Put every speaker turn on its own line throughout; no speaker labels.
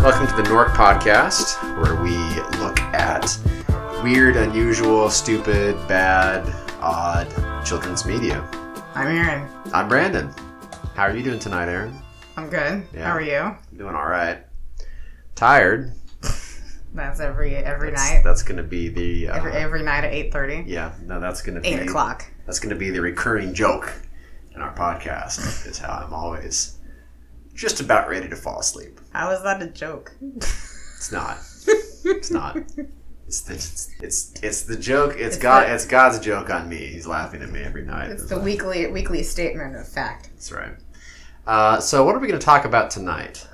Welcome to the Nork Podcast, where we look at weird, unusual, stupid, bad, odd children's media.
I'm Aaron.
I'm Brandon. How are you doing tonight, Aaron?
I'm good.
Yeah.
How are you?
Doing all right. Tired.
That's every every
That's-
night.
That's gonna be the. Uh,
Every every night at eight thirty.
yeah, no, that's gonna be
Eight o'clock.
That's gonna be the recurring joke in our podcast. Is how I'm always just about ready to fall asleep.
How is that a joke?
It's not. It's not. It's the it's it's, it's the joke. It's,
It's
God.
the-
it's God's joke on me. He's laughing at me every night.
It's the weekly weekly statement of fact.
That's right. Uh, so what are we going to talk about tonight?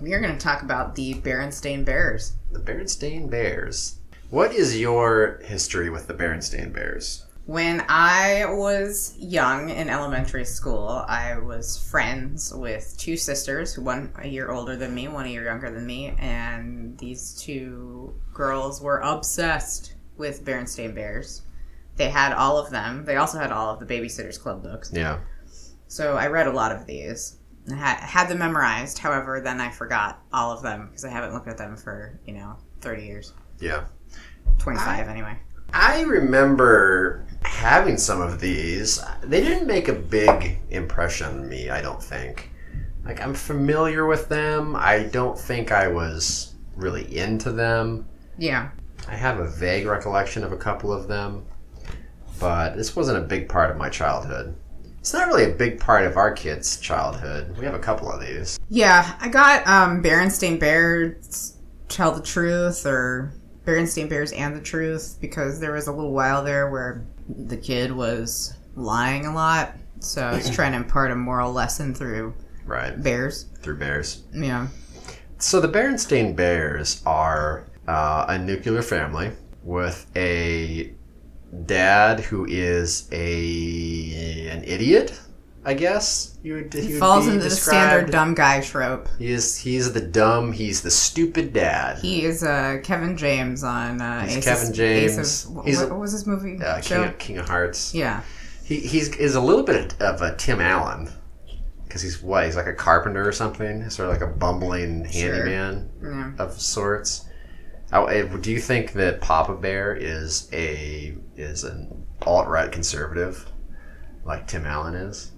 We are going to talk about the Berenstain Bears.
The Berenstain Bears. What is your history with the Berenstain Bears?
When I was young in elementary school, I was friends with two sisters, one a year older than me, one a year younger than me, and these two girls were obsessed with Berenstain Bears. They had all of them. They also had all of the Babysitters Club books.
Yeah.
So I read a lot of these. I had, had them memorized. However, then I forgot all of them because I haven't looked at them for, you know, 30 years.
Yeah.
25 anyway.
I remember having some of these. They didn't make a big impression on me, I don't think. Like, I'm familiar with them. I don't think I was really into them.
Yeah.
I have a vague recollection of a couple of them, but this wasn't a big part of my childhood. It's not really a big part of our kids' childhood. We have a couple of these.
Yeah, I got um, Berenstain Bears Tell the Truth or Berenstain Bears and the Truth because there was a little while there where the kid was lying a lot. So I was trying to impart a moral lesson through
Right.
bears.
Through bears.
Yeah.
So the Berenstain Bears are uh, a nuclear family with a dad who is a an idiot, I guess you would.
He
would
falls
be
into the
described.
standard dumb guy trope.
He is. He's the dumb. He's the stupid dad.
He is uh, Kevin James on uh,
He's
Ace
Kevin
of,
James.
Ace of, wh-
He's
what,
a-
what was his movie?
uh, King,
Show?
of, King of Hearts.
Yeah,
He he's is a little bit of a Tim Allen because he's what he's like a carpenter or something, sort of like a bumbling
Sure.
handyman
yeah.
of sorts. Oh, eh, Do you think that Papa Bear is a is an alt right conservative like Tim Allen is?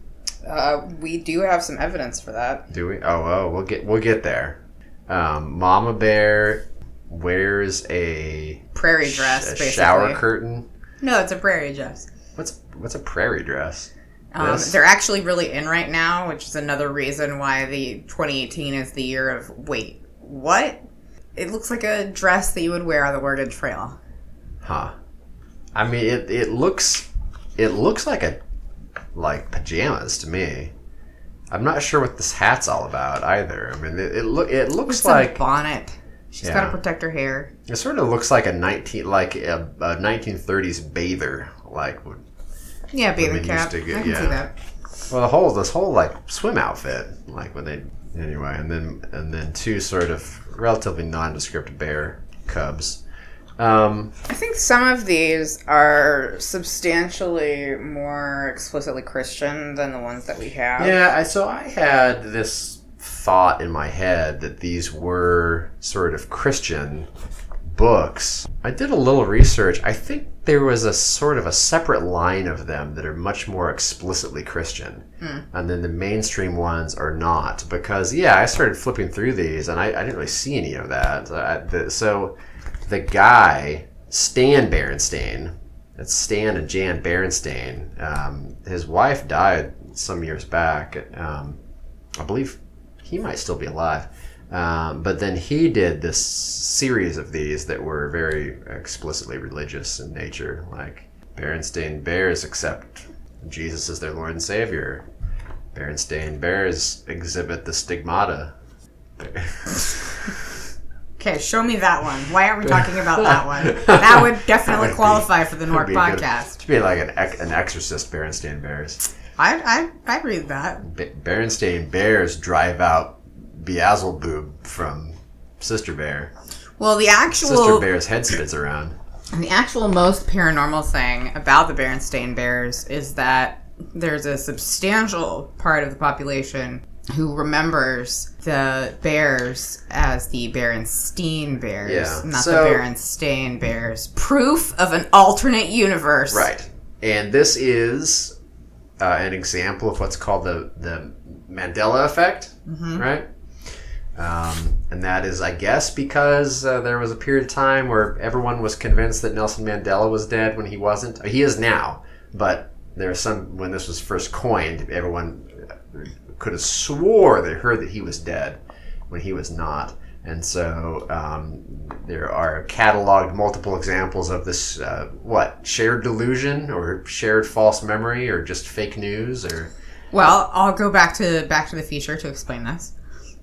Uh, we do have some evidence for that.
Do we? Oh, oh, we'll get we'll get there. Um, Mama Bear wears a,
Prairie
sh-
dress,
a
basically.
shower curtain.
No, it's a prairie dress.
What's what's a prairie dress?
Um,
Yes.
they're actually really in right now, which is another reason why the 2018 is the year of wait, what? It looks like a dress that you would wear on the Oregon Trail.
Huh. I mean, it, it looks it looks like a like pajamas to me. I'm not sure what this hat's all about either. I mean, it, it look it looks
It's a
like
bonnet. She's got
Yeah.
to protect her hair.
it sort of looks like a nineteen like a, a 1930s bather. Like would-
Yeah, bathing
Women
cap.
used to get-
I can see
yeah.
that.
well, the whole this whole like swim outfit like when they anyway, and then and then two sort of relatively nondescript bear cubs. Um,
I think some of these are substantially more explicitly Christian than the ones that we have.
Yeah, I, so I had this thought in my head that these were sort of Christian books. I did a little research. I think there was a sort of a separate line of them that are much more explicitly Christian. And then the mainstream ones are not. Because, yeah, I started flipping through these and I, I didn't really see any of that. So, I, the, so the guy, Stan Berenstain, that's Stan and Jan Berenstain. Um, his wife died some years back. Um, I believe he might still be alive. Um, but then he did this series of these that were very explicitly religious in nature, like Berenstain Bears accept Jesus as their Lord and Savior. Berenstain Bears exhibit the stigmata.
Okay, show me that one. Why aren't we talking about that one? That would definitely
That would be-
qualify for the North
Be a good-
podcast.
To be like an, ex- an exorcist, Berenstain Bears.
I'd, I'd, I'd read that.
Be- Berenstain Bears drive out Beelzebub from Sister Bear.
Well, the
Sister
actual
Bear's head spins around.
the actual most paranormal thing about the Berenstain Bears is that there's a substantial part of the population who remembers the bears as the Berenstain bears,
Yeah.
not
So-
the Berenstain bears. Proof of an alternate universe.
Right. And this is uh, an example of what's called the, the Mandela effect, right? Um, and that is, I guess, because uh, there was a period of time where everyone was convinced that Nelson Mandela was dead when he wasn't. He is now, but there was some when this was first coined, everyone could have swore they heard that he was dead when he was not. And so um, there are cataloged multiple examples of this, uh, what, shared delusion or shared false memory or just fake news or.
Well, I'll go back to Back to the Future to explain this.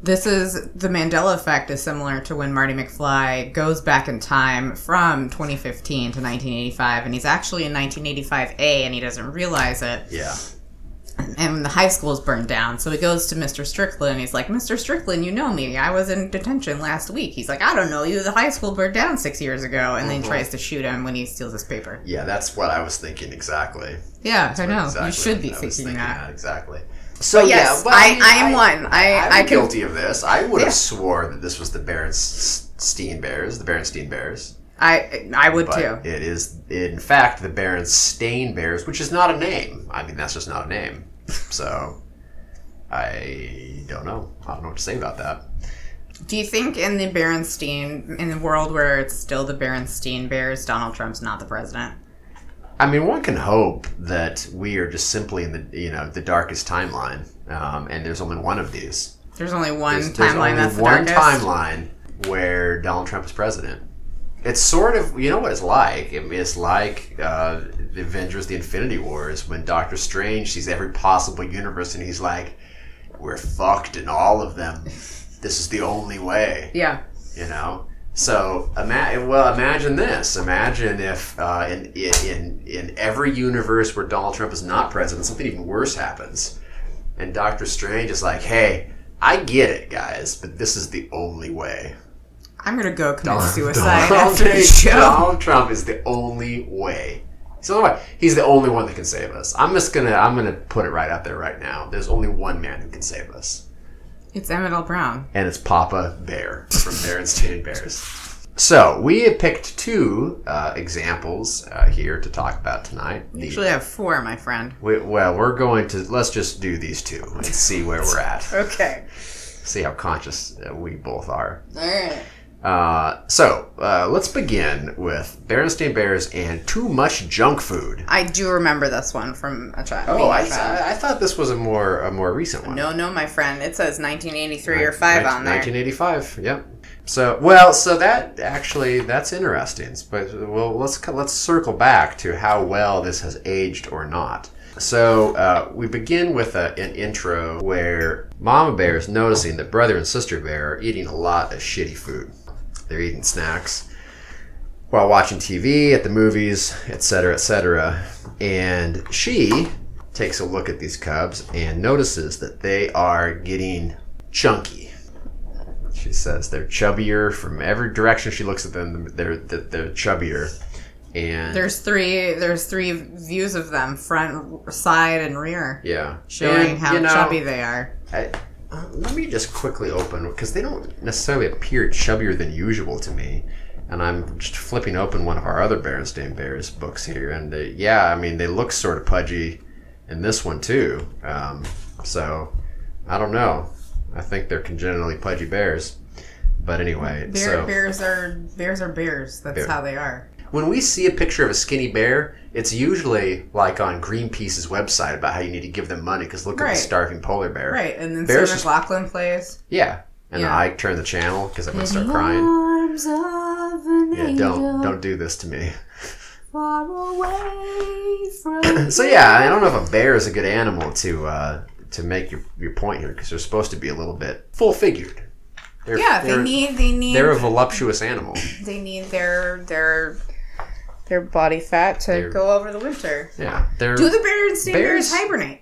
This is the Mandela effect is similar to when Marty McFly goes back in time from 2015 to 1985, and he's actually in 1985A, and he doesn't realize it.
Yeah.
and the high school is burned down. So he goes to Mr. Strickland. He's like, Mr. Strickland, you know me. I was in detention last week. He's like, I don't know you. The high school burned down six years ago. And
Uh-huh.
then tries to shoot him when he steals his paper.
Yeah, that's what I was thinking exactly.
Yeah, I know.
Exactly
Oh, you should be
what I was
thinking, that.
Exactly. So,
yes,
Oh, yeah, well,
I-
mean,
I am one. I-
I'm
I can-
guilty of this. I would
Yeah.
have swore that this was the Berenstein Bears, the Berenstein Bears.
I I would
But
too.
it is, in fact, the Berenstain Bears, which is not a name. I mean, that's just not a name. So, I don't know. I don't know what to say about that.
Do you think in the Berenstain, in the world where it's still the Berenstain Bears, Donald Trump's not the president?
I mean, one can hope that we are just simply in the you know the darkest timeline, um, and there's only one of these.
There's only one
There's, there's
timeline
only
that's the
one
darkest.
timeline where Donald Trump is president. It's sort of you know what it's like. It- It's like uh, the Avengers: The Infinity Wars when Doctor Strange sees every possible universe and he's like, "We're fucked in all of them. This is the only way."
Yeah.
You know. So ima- well, imagine this. Imagine if uh, in in in every universe where Donald Trump is not president, something even worse happens, and Doctor Strange is like, "Hey, I get it, guys, but this is the only way."
I'm going to go commit suicide
Donald,
after the show.
Donald Trump is the only way. He's the only way. He's the only one that can save us. I'm just gonna I'm gonna put it right out there right now. There's only one man who can save us
It's Emmett L. Brown.
and it's Papa Bear from Berenstain Bears. So we have picked two uh, examples uh, here to talk about tonight. The-
Usually I have four, my friend.
we, well, we're going to let's just do these two and see where we're at.
Okay.
See how conscious uh, we both are.
All right.
Uh, so uh, let's begin with Berenstain Bears and too much junk food.
I do remember this one from a child.
Oh,
being a
I,
child.
I, I thought this was a more a more recent one.
No, no, my friend. It says 1983 or 5 on there.
1985. Yep. So well, so that actually that's interesting. But well, let's co- let's circle back to how well this has aged or not. So uh, we begin with a, an intro where Mama Bear is noticing that brother and sister Bear are eating a lot of shitty food. They're eating snacks while watching TV, at the movies, etc., etc. And she takes a look at these cubs and notices that they are getting chunky. She says they're chubbier from every direction she looks at them. They're they're, they're chubbier, and
There's three. There's three views of them: front, side, and rear,
yeah,
showing
And,
how
you know,
chubby they are.
I, uh, let me just quickly open because they don't necessarily appear chubbier than usual to me. And I'm just flipping open one of our other Berenstain Bears books here, and they, yeah, I mean they look sort of pudgy in this one too. Um, so I don't know. I think they're congenitally pudgy bears. But anyway,
Bear,
so
bears are bears are bears. That's
Bear.
how they are.
when we see a picture of a skinny bear, it's usually like on Greenpeace's website about how you need to give them money because look at
Right.
the starving polar bear.
Right, and then
Bears
Sarah
just-
McLaughlin plays.
Yeah. And
Yeah.
I turn the channel because I'm gonna start crying.
Arms of an
Yeah, don't don't do this to me.
far away from.
So yeah, I don't know if a bear is a good animal to uh, to make your, your point here because they're supposed to be a little bit full figured. They're,
yeah, they
they're-
need. They need.
They're a voluptuous animal.
they need their their their body fat to
Their-
go over the winter.
Yeah, they're
Do the Berenstain
Bears-
Bears, hibernate?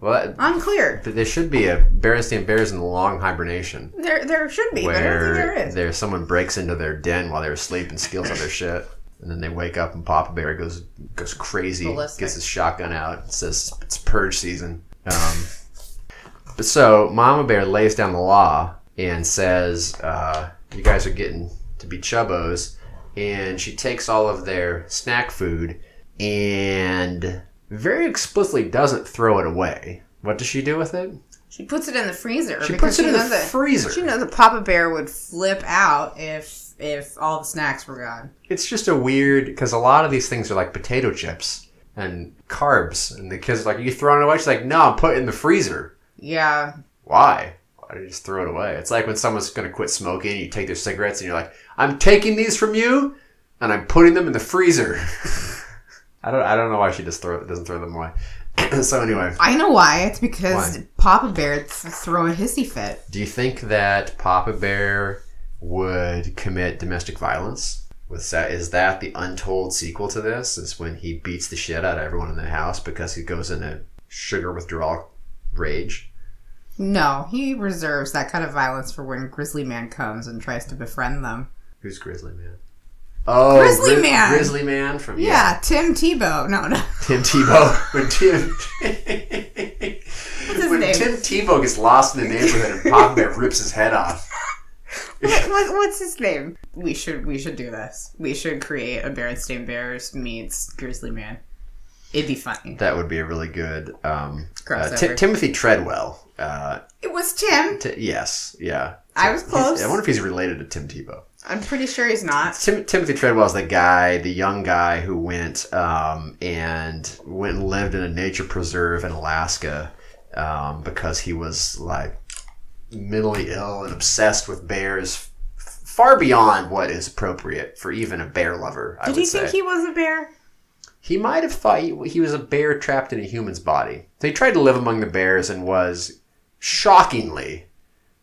well.
Unclear.
There should be a Berenstain bears in the long hibernation
There there should be, but I don't think
where
there is.
there someone breaks into their den while they're asleep and steals all their shit. And then they wake up and Papa Bear goes goes crazy,
Ballistic.
gets his shotgun out, and says it's purge season. Um, but so Mama Bear lays down the law and says, uh, "You guys are getting to be chubbos," and she takes all of their snack food and very explicitly doesn't throw it away. What does she do with it?
She puts it in the freezer.
She
because
puts it in the
knows that-
freezer.
She knows that Papa Bear would flip out if if all the snacks were gone.
it's just a weird because a lot of these things are like potato chips and carbs, and the kids are like, "Are you throwing it away?" She's like, "No, I'm putting it in the freezer."
Yeah,
Why? Why do you just throw it away? It's like when someone's gonna quit smoking, you take their cigarettes, and you're like, "I'm taking these from you, and I'm putting them in the freezer." I don't, I don't know why she just throw doesn't throw them away. so anyway,
I know why. It's because
Why?
Papa Bear th- throw a hissy fit.
do you think that Papa Bear would commit domestic violence? Was that is that the untold sequel to this? Is when he beats the shit out of everyone in the house because he goes into sugar withdrawal rage?
No, he reserves that kind of violence for when Grizzly Man comes and tries to befriend them.
Who's Grizzly Man? Oh,
Grizzly
Gri-
Man!
Grizzly Man from
Yeah, Tim Tebow. No, no.
Tim Tebow. When Tim
his
when
name?
Tim Tebow gets lost in the neighborhood and Papa Bear rips his head off.
What- what- what's his name? We should we should do this. We should create a Berenstain Bears meets Grizzly Man. It'd be funny.
That would be a really good um, uh,
Crossover.
Ti- Timothy Treadwell. Uh,
It was Tim.
Ti- yes, yeah.
I was
He's-
close.
I wonder if he's related to Tim Tebow.
I'm pretty sure he's not.
Tim, Timothy Treadwell's the guy, the young guy who went um, and went and lived in a nature preserve in Alaska um, because he was like mentally ill and obsessed with bears, f- far beyond what is appropriate for even a bear lover. I
Did
would
he
say.
think he was a bear?
He might have thought he, he was a bear trapped in a human's body. So he tried to live among the bears and was shockingly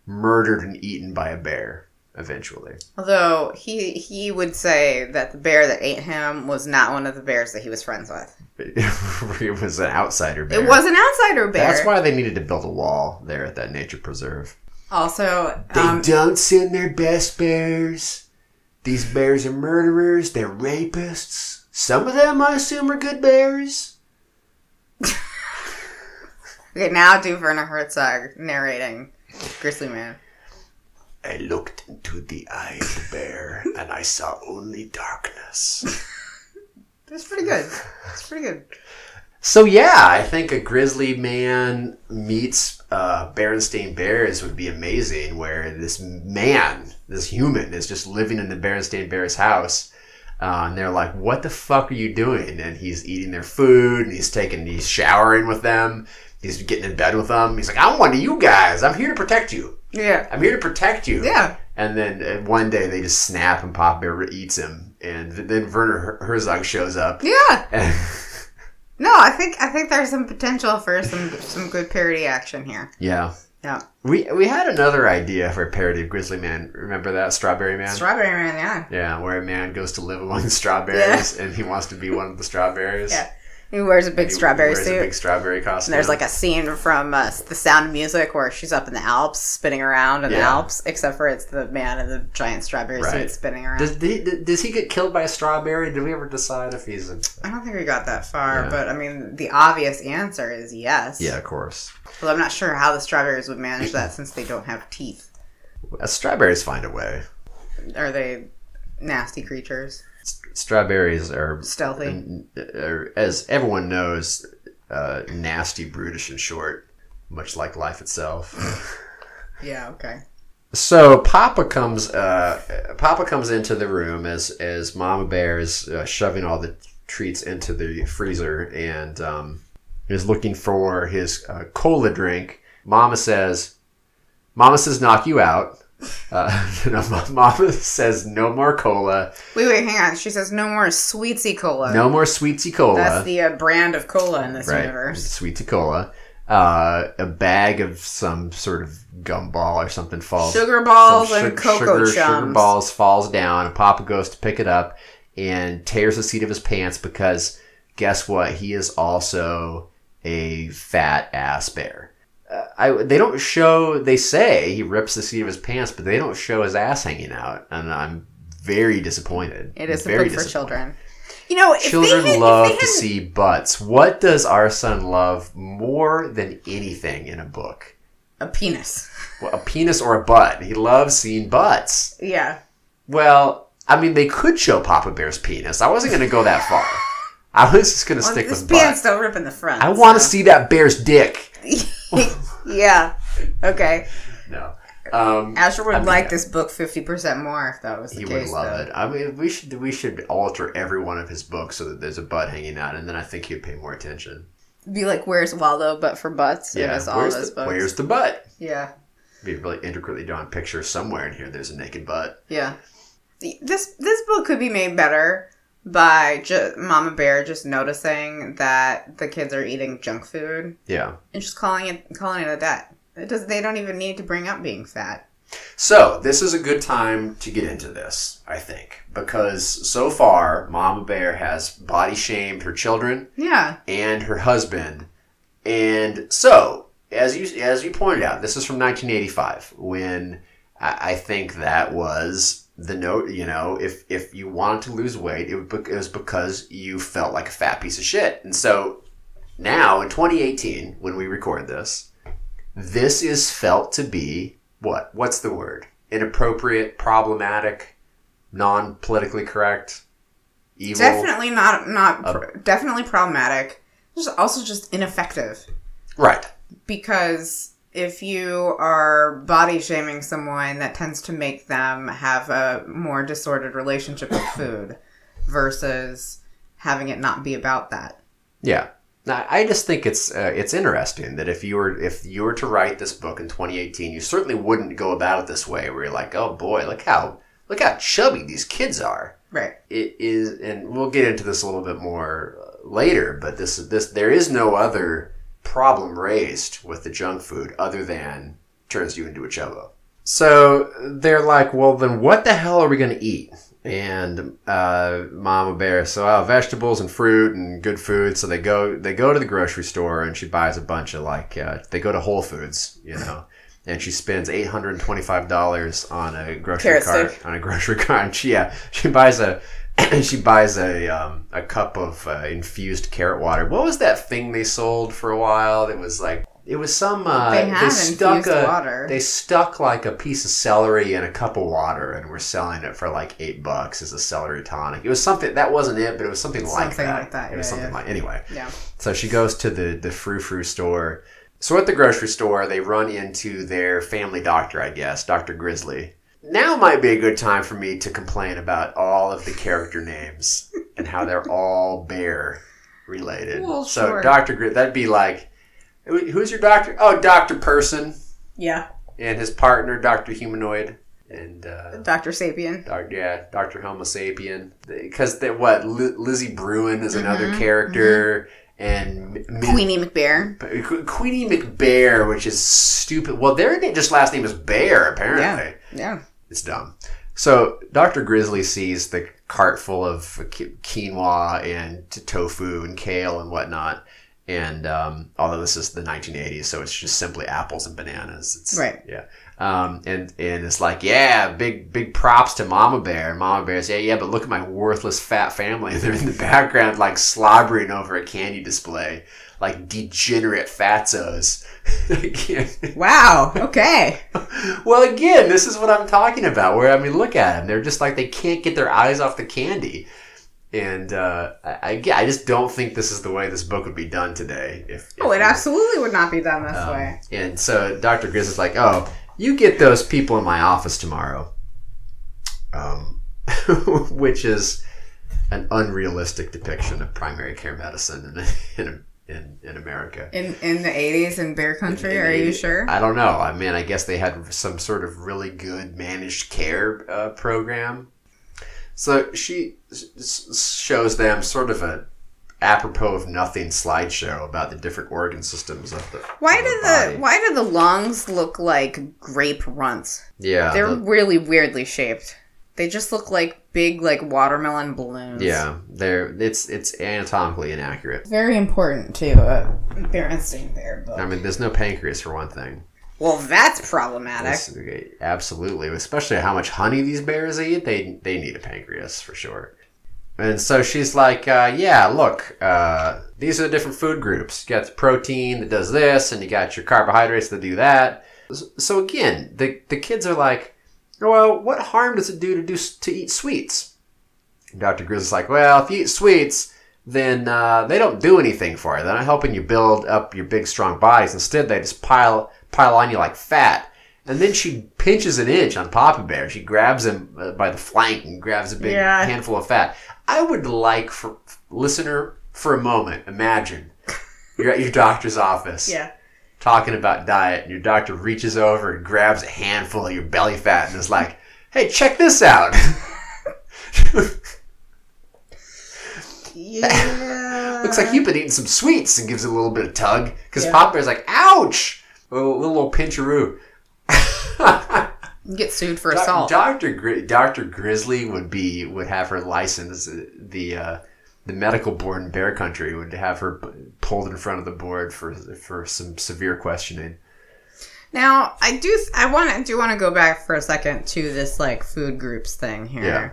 murdered and eaten by a bear eventually.
Although he he would say that the bear that ate him was not one of the bears that he was friends with.
it was an outsider bear.
It was an outsider bear.
That's why they needed to build a wall there at that nature preserve.
Also, um,
don't send their best bears. These bears are murderers. They're rapists. Some of them, I assume, are good bears.
okay, now do Werner Herzog narrating Grizzly Man.
I looked into the eye of the bear, and I saw only darkness.
It's pretty good. It's pretty good.
So yeah, I think a grizzly man meets uh, Berenstain Bears would be amazing. Where this man, this human, is just living in the Berenstain Bears house, uh, and they're like, "What the fuck are you doing?" And he's eating their food, and he's taking, he's showering with them, he's getting in bed with them. He's like, "I'm one of you guys. I'm here to protect you.
Yeah.
I'm here to protect you."
Yeah.
And then uh, one day they just snap, and Pop Bear eats him, and then Werner Her- Herzog shows up.
Yeah.
And
No, I think I think there's some potential for some some good parody action here.
yeah.
Yeah.
We we had another idea for a parody of Grizzly Man. Remember that Strawberry Man?
Strawberry Man, yeah.
yeah, where a man goes to live among strawberries and he wants to be one of the strawberries.
Yeah. He wears a big
He
strawberry
wears a
suit.
big strawberry costume.
And there's like a scene from uh, The Sound of Music where she's up in the Alps spinning around in the
Yeah.
Alps, except for it's the man in the giant strawberry
Right.
suit spinning around.
Does he, does he get killed by a strawberry? Did we ever decide if he's a?
I don't think we got that far,
Yeah.
but I mean, the obvious answer is yes.
of course.
Well, I'm not sure how the strawberries would manage that since they don't have teeth.
Uh, Strawberries find a way.
Are they nasty creatures?
S- Strawberries are Mm.
Stealthy?
are, as everyone knows, uh, nasty, brutish, and short, much like life itself.
Yeah, okay.
So Papa comes, uh, Papa comes into the room as as Mama Bear is uh, shoving all the treats into the freezer and um, is looking for his uh, cola drink. Mama says, "Mama says knock you out." Uh, no, Ma- Mama says no more cola,
Wait, wait, hang on. She says no more sweetsy cola.
no more sweetie cola.
That's the uh, brand of cola in this universe.
sweetie cola. Uh, a bag of some sort of gumball or something falls.
Sugar balls
some
and
su-
cocoa
sugar,
chums.
Sugar balls falls down, and Papa goes to pick it up and tears the seat of his pants because guess what? He is also a fat ass bear. Uh, I, they don't show. They say he rips the seat of his pants, but they don't show his ass hanging out, and I'm very disappointed.
It is
very
a book for
disappointed.
children. You know, if
Children
they had,
love
if they
to
had,
see butts. What does our son love more than anything in a book?
a penis.
Well, a penis or a butt. He loves seeing butts.
Yeah.
Well, I mean, they could show Papa Bear's penis. I wasn't going to go that far. I was just going to
Well,
stick
this
with
pants
butts.
don't rip in the front.
I want to
so-
see that bear's dick.
yeah. Okay.
No. Um,
Asher would
I mean,
like
yeah.
this book fifty percent more if that was the
he would
case.
love
though.
it. I mean, we should we should alter every one of his books so that there's a butt hanging out, and then I think he'd pay more attention.
Be like, where's Waldo? But for butts. Yeah. It's all
where's
those
the,
books.
where's the butt?
Yeah.
Be a really intricately drawn picture somewhere in here. There's a naked butt.
Yeah. This this book could be made better by ju- Mama Bear just noticing that the kids are eating junk food
Yeah.
and just calling it calling it a debt. It does. They don't even need to bring up being fat.
So this is a good time to get into this, I think, because so far Mama Bear has body shamed her children
Yeah.
and her husband. And so, as you as you pointed out, this is from 1985 when I, I think that was the note. You know, if if you wanted to lose weight, it, would, bec- it was because you felt like a fat piece of shit. And so now in 2018, when we record this, this is felt to be what? What's the word? Inappropriate, problematic, non politically correct, evil.
Definitely not not
uh,
pr- definitely problematic. Just also just ineffective
Right.
because if you are body shaming someone, that tends to make them have a more disordered relationship with food versus having it not be about that.
Yeah. Now, I just think it's uh, it's interesting that if you were if you were to write this book in 2018, you certainly wouldn't go about it this way, where you're like, oh boy, look how look how chubby these kids are.
Right.
It is, and we'll get into this a little bit more uh, later. But this this there is no other problem raised with the junk food other than turns you into a chubbo. So they're like, well, then what the hell are we going to eat? And uh, Mama Bear, so oh, vegetables and fruit and good food. So they go they go to the grocery store and she buys a bunch of like uh, they go to Whole Foods, you know, and she spends eight hundred and twenty five dollars on a grocery
Carrot
cart on a grocery cart. And she yeah she buys a she buys a um, a cup of uh, infused carrot water. What was that thing they sold for a while? That was like it was some uh,
They have
stuck
infused
a-
water.
they stuck like a piece of celery in a cup of water and were selling it for like eight bucks as a celery tonic. It was something that wasn't it, but it was something, like
Something
that.
like that,
It was
yeah,
something
yeah.
like anyway.
yeah.
So she goes to the the frou frou store. So at the grocery store, they run into their family doctor, I guess, Doctor Grizzly. Now might be a good time for me to complain about all of the character names and how they're all bear related.
Well,
so
sure.
Doctor Gri that'd be like, "Who- who's your doctor? Oh, Doctor Person
Yeah.
and his partner, Doctor Humanoid, and uh,
Dr. Sapien.
Doc- yeah, Doctor Homo Sapien. Because they what Li- Lizzie Bruin is another character, and M- Mi-
Queenie McBear.
Que- Queenie McBear, which is stupid. Well, their name, just last name is Bear. Apparently,
Yeah.
it's dumb. So Doctor Grizzly sees the cart full of qui- quinoa and t- tofu and kale and whatnot. And um, although this is the 1980s, so it's just simply apples and bananas. It's,
Right.
Yeah. Um, and and it's like, yeah, big big props to Mama Bear. And Mama Bear's, yeah, yeah, but look at my worthless fat family. They're in the background, like slobbering over a candy display, like degenerate fatzos. I can't-
Wow. Okay.
well, again, this is what I'm talking about. Where I mean, look at them; they're just like they can't get their eyes off the candy. And uh, I, I get- I just don't think this is the way this book would be done today. If, if
oh, it
we-
absolutely would not be done this
um,
way.
And so Dr. Grizz is like, oh, you get those people in my office tomorrow. Um, which is an unrealistic depiction of primary care medicine in, in, in, in America.
In in the 80s in Bear Country,
in
are
the
you
80s.
sure?
I don't know. I mean, I guess they had some sort of really good managed care uh, program. So she s- s- shows them sort of a apropos of nothing slideshow about the different organ systems of the.
Why
of
do
body.
the why do the lungs look like grape runts?
yeah
They're
Uh, the-
really weirdly shaped. They just look like big like watermelon balloons.
Yeah, they're it's it's anatomically inaccurate.
Very important to uh, Bear Instinct there, but
I mean, there's no pancreas for one thing.
Well, that's problematic.
This- absolutely, especially how much honey these bears eat. They they need a pancreas for sure. And so she's like, uh, "Yeah, look, uh, these are the different food groups. You got the protein that does this, and you got your carbohydrates that do that." S- So again, the the kids are like, "Well, what harm does it do to do s- to eat sweets?" And Dr. Grizzly's like, "Well, if you eat sweets." Then uh, they don't do anything for you. They're not helping you build up your big, strong bodies. Instead, they just pile pile on you like fat. And then she pinches an inch on Papa Bear. She grabs him uh, by the flank and grabs a big
Yeah.
handful of fat. I would like for listener for a moment. Imagine you're at your doctor's office,
Yeah.
talking about diet, and your doctor reaches over and grabs a handful of your belly fat and is like, "Hey, check this out."
Yeah.
Looks like you've been eating some sweets and gives it a little bit of tug because
Yeah.
Papa Bear's like, "Ouch!" A little, little pincharoo.
You get sued for
Doc-
assault.
Dr. Gri- Dr. Grizzly would be would have her license uh, the uh, the medical board in Bear Country would have her p- pulled in front of the board for for some severe questioning.
Now, I do I want to do want to go back for a second to this like food groups thing here.
Yeah.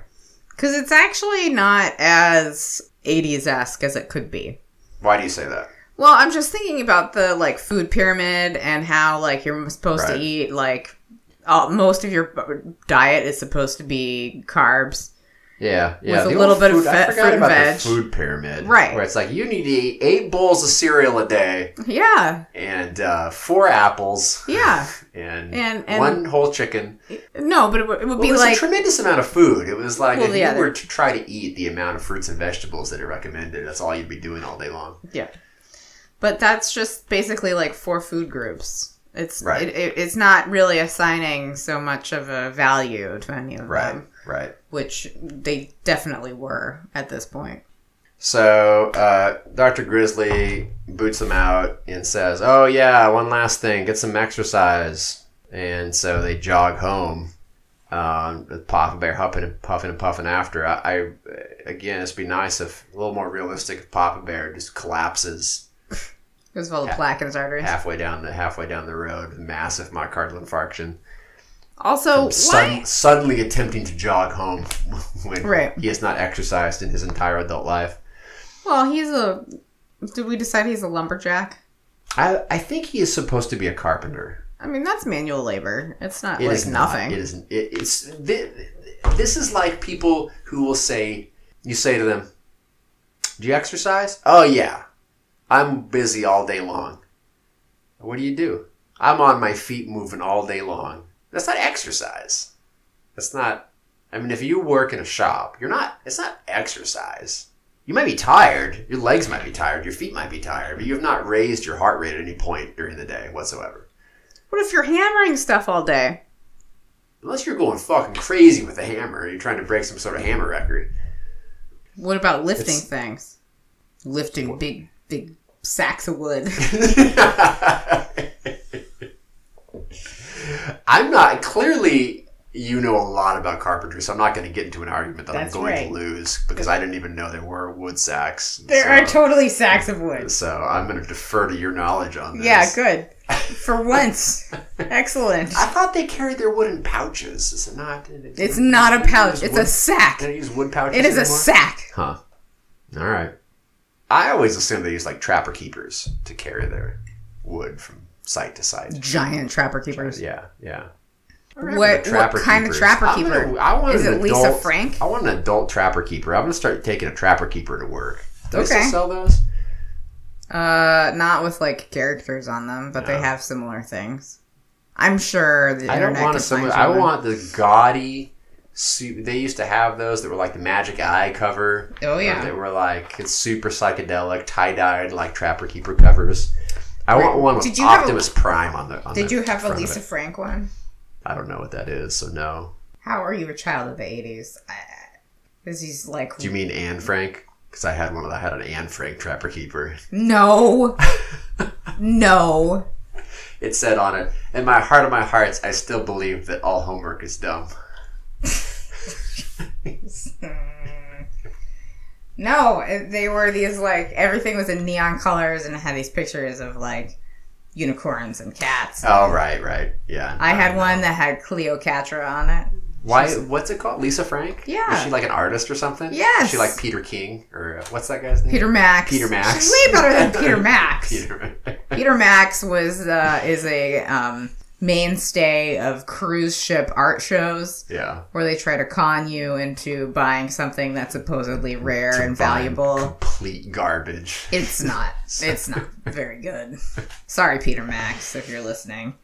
Cuz it's actually not as 80s-esque as it could be.
Why do you say that?
Well, I'm just thinking about the like food pyramid and how like you're supposed
Right.
to eat like all, most of your b- diet is supposed to be carbs.
Yeah, yeah.
With a
the
little
old
bit of
food- I
fe-
forgot
fruit and
about
veg.
The food pyramid,
Right.
Where it's like you need to eat eight bowls of cereal a day
Yeah.
and uh, four apples.
Yeah.
And,
And- and-
one whole chicken.
No, but it, would- it would
Well, it
be
was
like
a tremendous amount of food. It was like
Well,
if
yeah,
you were to try to eat the amount of fruits and vegetables that are recommended, that's all you'd be doing all day long.
Yeah, but that's just basically like four food groups. It's
Right.
it, it, it's not really assigning so much of a value to any of
Right,
them,
right.
which they definitely were at this point.
So uh, Dr. Grizzly boots them out and says, Oh, yeah, one last thing get some exercise. And so they jog home. Um, with Papa Bear huffing and puffing and puffing after. I, I again, it'd be nice if a little more realistic if Papa Bear just collapses
It was full of
Yeah.
plaque in his arteries.
halfway down the halfway down the road, with massive myocardial infarction.
Also, why?
Sud- suddenly attempting to jog home when
Right.
he has not exercised in his entire adult life.
Well, he's a. Did we decide he's a lumberjack?
I, I think he is supposed to be a carpenter.
I mean, that's manual labor. It's not
It
like
is
nothing.
Not, it is. It, it's thi- this is like people who will say you say to them, "Do you exercise?" Oh yeah, I'm busy all day long. What do you do? I'm on my feet moving all day long. That's not exercise. That's not. I mean, if you work in a shop, you're not. It's not exercise. You might be tired. Your legs might be tired. Your feet might be tired. But you have not raised your heart rate at any point during the day whatsoever.
What if you're hammering stuff all day?
Unless you're going fucking crazy with a hammer and you're trying to break some sort of hammer record.
What about lifting
It's-
things? Lifting big, big sacks of wood.
I'm not clearly you know a lot about carpentry, so I'm not going to get into an argument that
That's
I'm going
right.
to lose because I didn't even know there were wood sacks. so,
totally sacks of wood.
so I'm going to defer to your knowledge on this.
Yeah, good. For once. Excellent.
I thought they carried their wood in pouches. Is it not?
It's not a pouch,
Is
it's
wood-
a sack.
Can I use wood pouches?
It is a
anymore?
sack.
Huh. All right. I always assume they use like trapper keepers to carry their wood from site to site.
Giant trapper keepers.
Yeah, yeah.
What, what kind of trapper
I'm
keeper?
gonna- I want
Is
an
it Lisa
adult-
Frank?
I want an adult trapper keeper. I'm gonna start taking a trapper keeper to work. Do they
Okay.
still sell those?
Uh, not with like characters on them, but they
No.
have similar things. I'm sure the
I don't
internet
want
can
a similar.
find
I
someone.
want the gaudy. su- They used to have those that were like the magic eye cover.
Oh
or
yeah.
They were like it's super psychedelic, tie dyed like Trapper Keeper covers. I want one with
Did you have a-
Optimus Prime on the. On
Did
the
you have a
front of
Lisa
it.
Frank one?
I don't know what that is, so no.
How are you a child of the '80s? Because he's like,
Do you mean Anne Frank? Because I had one of the, I had an Anne Frank Trapper Keeper.
no, no.
It said on it, in my heart of my hearts, I still believe that all homework is dumb.
Mm. No, they were these like everything was in neon colors and had these pictures of like unicorns and cats.
Oh right, right, yeah.
I had one that had Cleopatra on it.
Why? What's it called? Lisa Frank?
Yeah.
Is she like an artist or something?
Yes.
Is she like Peter King or uh, what's that guy's name?
Peter Max.
Peter Max.
She's way better than Peter Max.
Peter.
Peter Max was uh, is a um, mainstay of cruise ship art shows
yeah.
where they try to con you into buying something that's supposedly rare and
Fine.
valuable.
Complete garbage.
It's not. It's not very good. Sorry, Peter Max, if you're listening.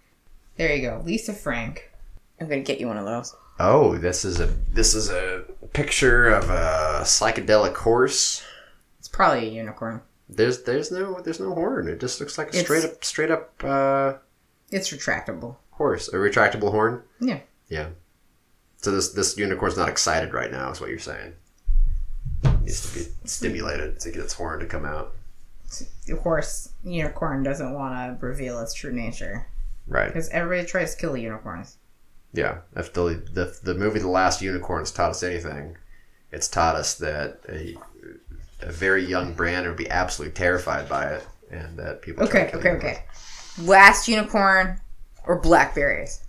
There you go, Lisa Frank. I'm gonna get you one of those.
Oh, this is a this is a picture of a psychedelic horse.
It's probably a unicorn.
There's there's no there's no horn. It just looks like a
It's-
straight up straight up uh,
It's retractable.
horse, a retractable horn.
Yeah.
Yeah. So this this unicorn's not excited right now, is what you're saying. It needs to be stimulated to get its horn to come out.
The horse unicorn doesn't want to reveal its true nature
Right.
because everybody tries to kill unicorns.
Yeah. If the the the movie The Last Unicorn has taught us anything, it's taught us that a a very young brand would be absolutely terrified by it, and that people. try to
Okay,
kill
okay,
unicorns.
okay. Last unicorn or blackberries?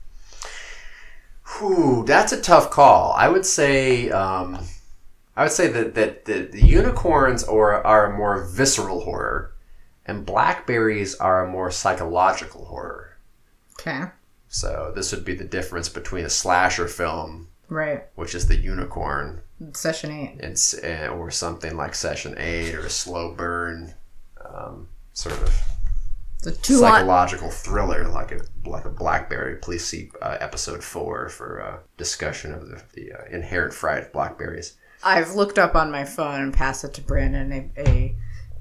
Whew, that's a tough call. I would say, um, I would say that that, that the unicorns are, are a more visceral horror, and blackberries are a more psychological horror.
Okay,
So this would be the difference between a slasher film,
right.
which is the unicorn,
Session eight.
and s- eh, or something like Session Eight or a slow burn, um, sort of
The two on
psychological thriller, like a like a Blackberry. Please see uh, episode four for uh, discussion of the, the uh, inherent fright of blackberries.
I've looked up on my phone and passed it to Brandon a, a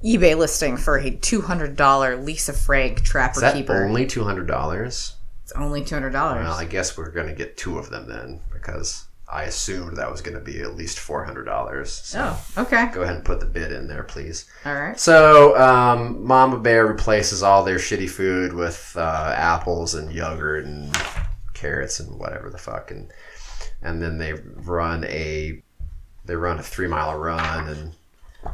eBay listing for a two hundred dollar Lisa Frank Trapper
Is that
Keeper.
only two hundred dollars?
it's only two hundred dollars.
Well, I guess we're gonna get two of them then, because I assumed that was gonna be at least four hundred dollars. So
oh, okay,
go ahead and put the bid in there, please.
all right.
So um, Mama Bear replaces all their shitty food with uh, apples and yogurt and carrots and whatever the fuck, and and then they run a they run a three mile run, and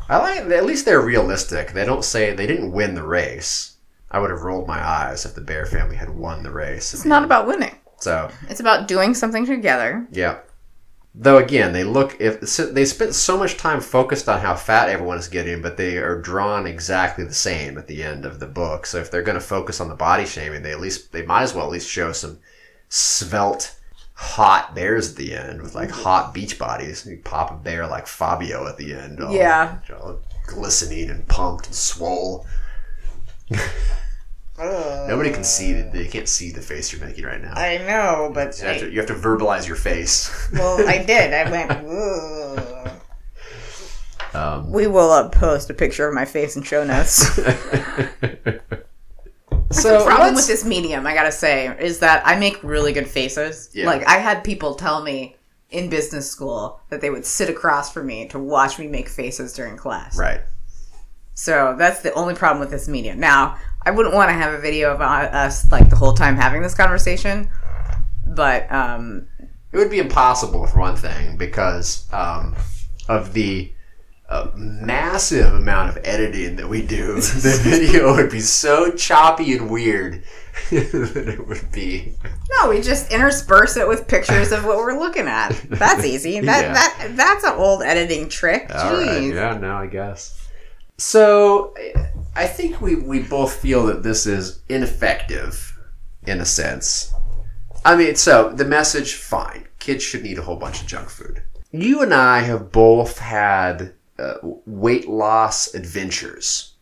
I like at least they're realistic. They don't say they didn't win the race. I would have rolled my eyes if the Bear family had won the race.
It's not about winning.
so
It's about doing something together.
yeah. Though again, they look if so- they spent so much time focused on how fat everyone is getting, but they are drawn exactly the same at the end of the book. So if they're going to focus on the body shaming, they at least they might as well at least show some svelte, hot bears at the end with like hot beach bodies. You pop a bear like Fabio at the end, all,
Yeah.
all glistening and pumped and swole. Nobody can see that they can't see the face you're making right now.
I know, but
you, have to, you have to verbalize your face.
well, I did. I went.
Um,
We will uh, post a picture of my face in show notes.
so
the problem
let's-
with this medium, I gotta say, is that I make really good faces.
Yeah.
Like I had people tell me in business school that they would sit across from me to watch me make faces during class.
right
So that's the only problem with this medium. Now, I wouldn't want to have a video of uh, us like the whole time having this conversation, but um,
it would be impossible for one thing because um, of the uh, massive amount of editing that we do the video would be so choppy and weird that it would be
no, we just intersperse it with pictures of what we're looking at. That's easy. That
Yeah.
that that's an old editing trick. Jeez.
yeah no i guess so I- i think we, we both feel that this is ineffective in a sense i mean so the message fine kids should eat a whole bunch of junk food you and i have both had uh, weight loss adventures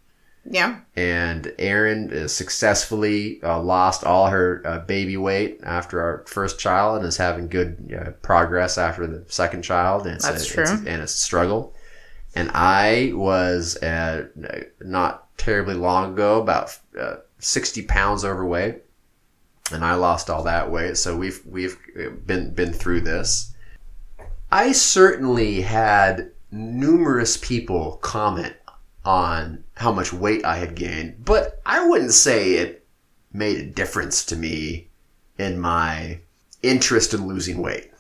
yeah.
and Erin uh, successfully uh, lost all her uh, baby weight after our first child and is having good uh, progress after the second child. And it's
That's
a,
true.
It's a- and it's a struggle. And I was uh, n- not terribly long ago about uh, 60 pounds overweight. And I lost all that weight, so we've we've uh, been been through this. I certainly had numerous people comment on how much weight I had gained, but I wouldn't say it made a difference to me in my interest in losing weight.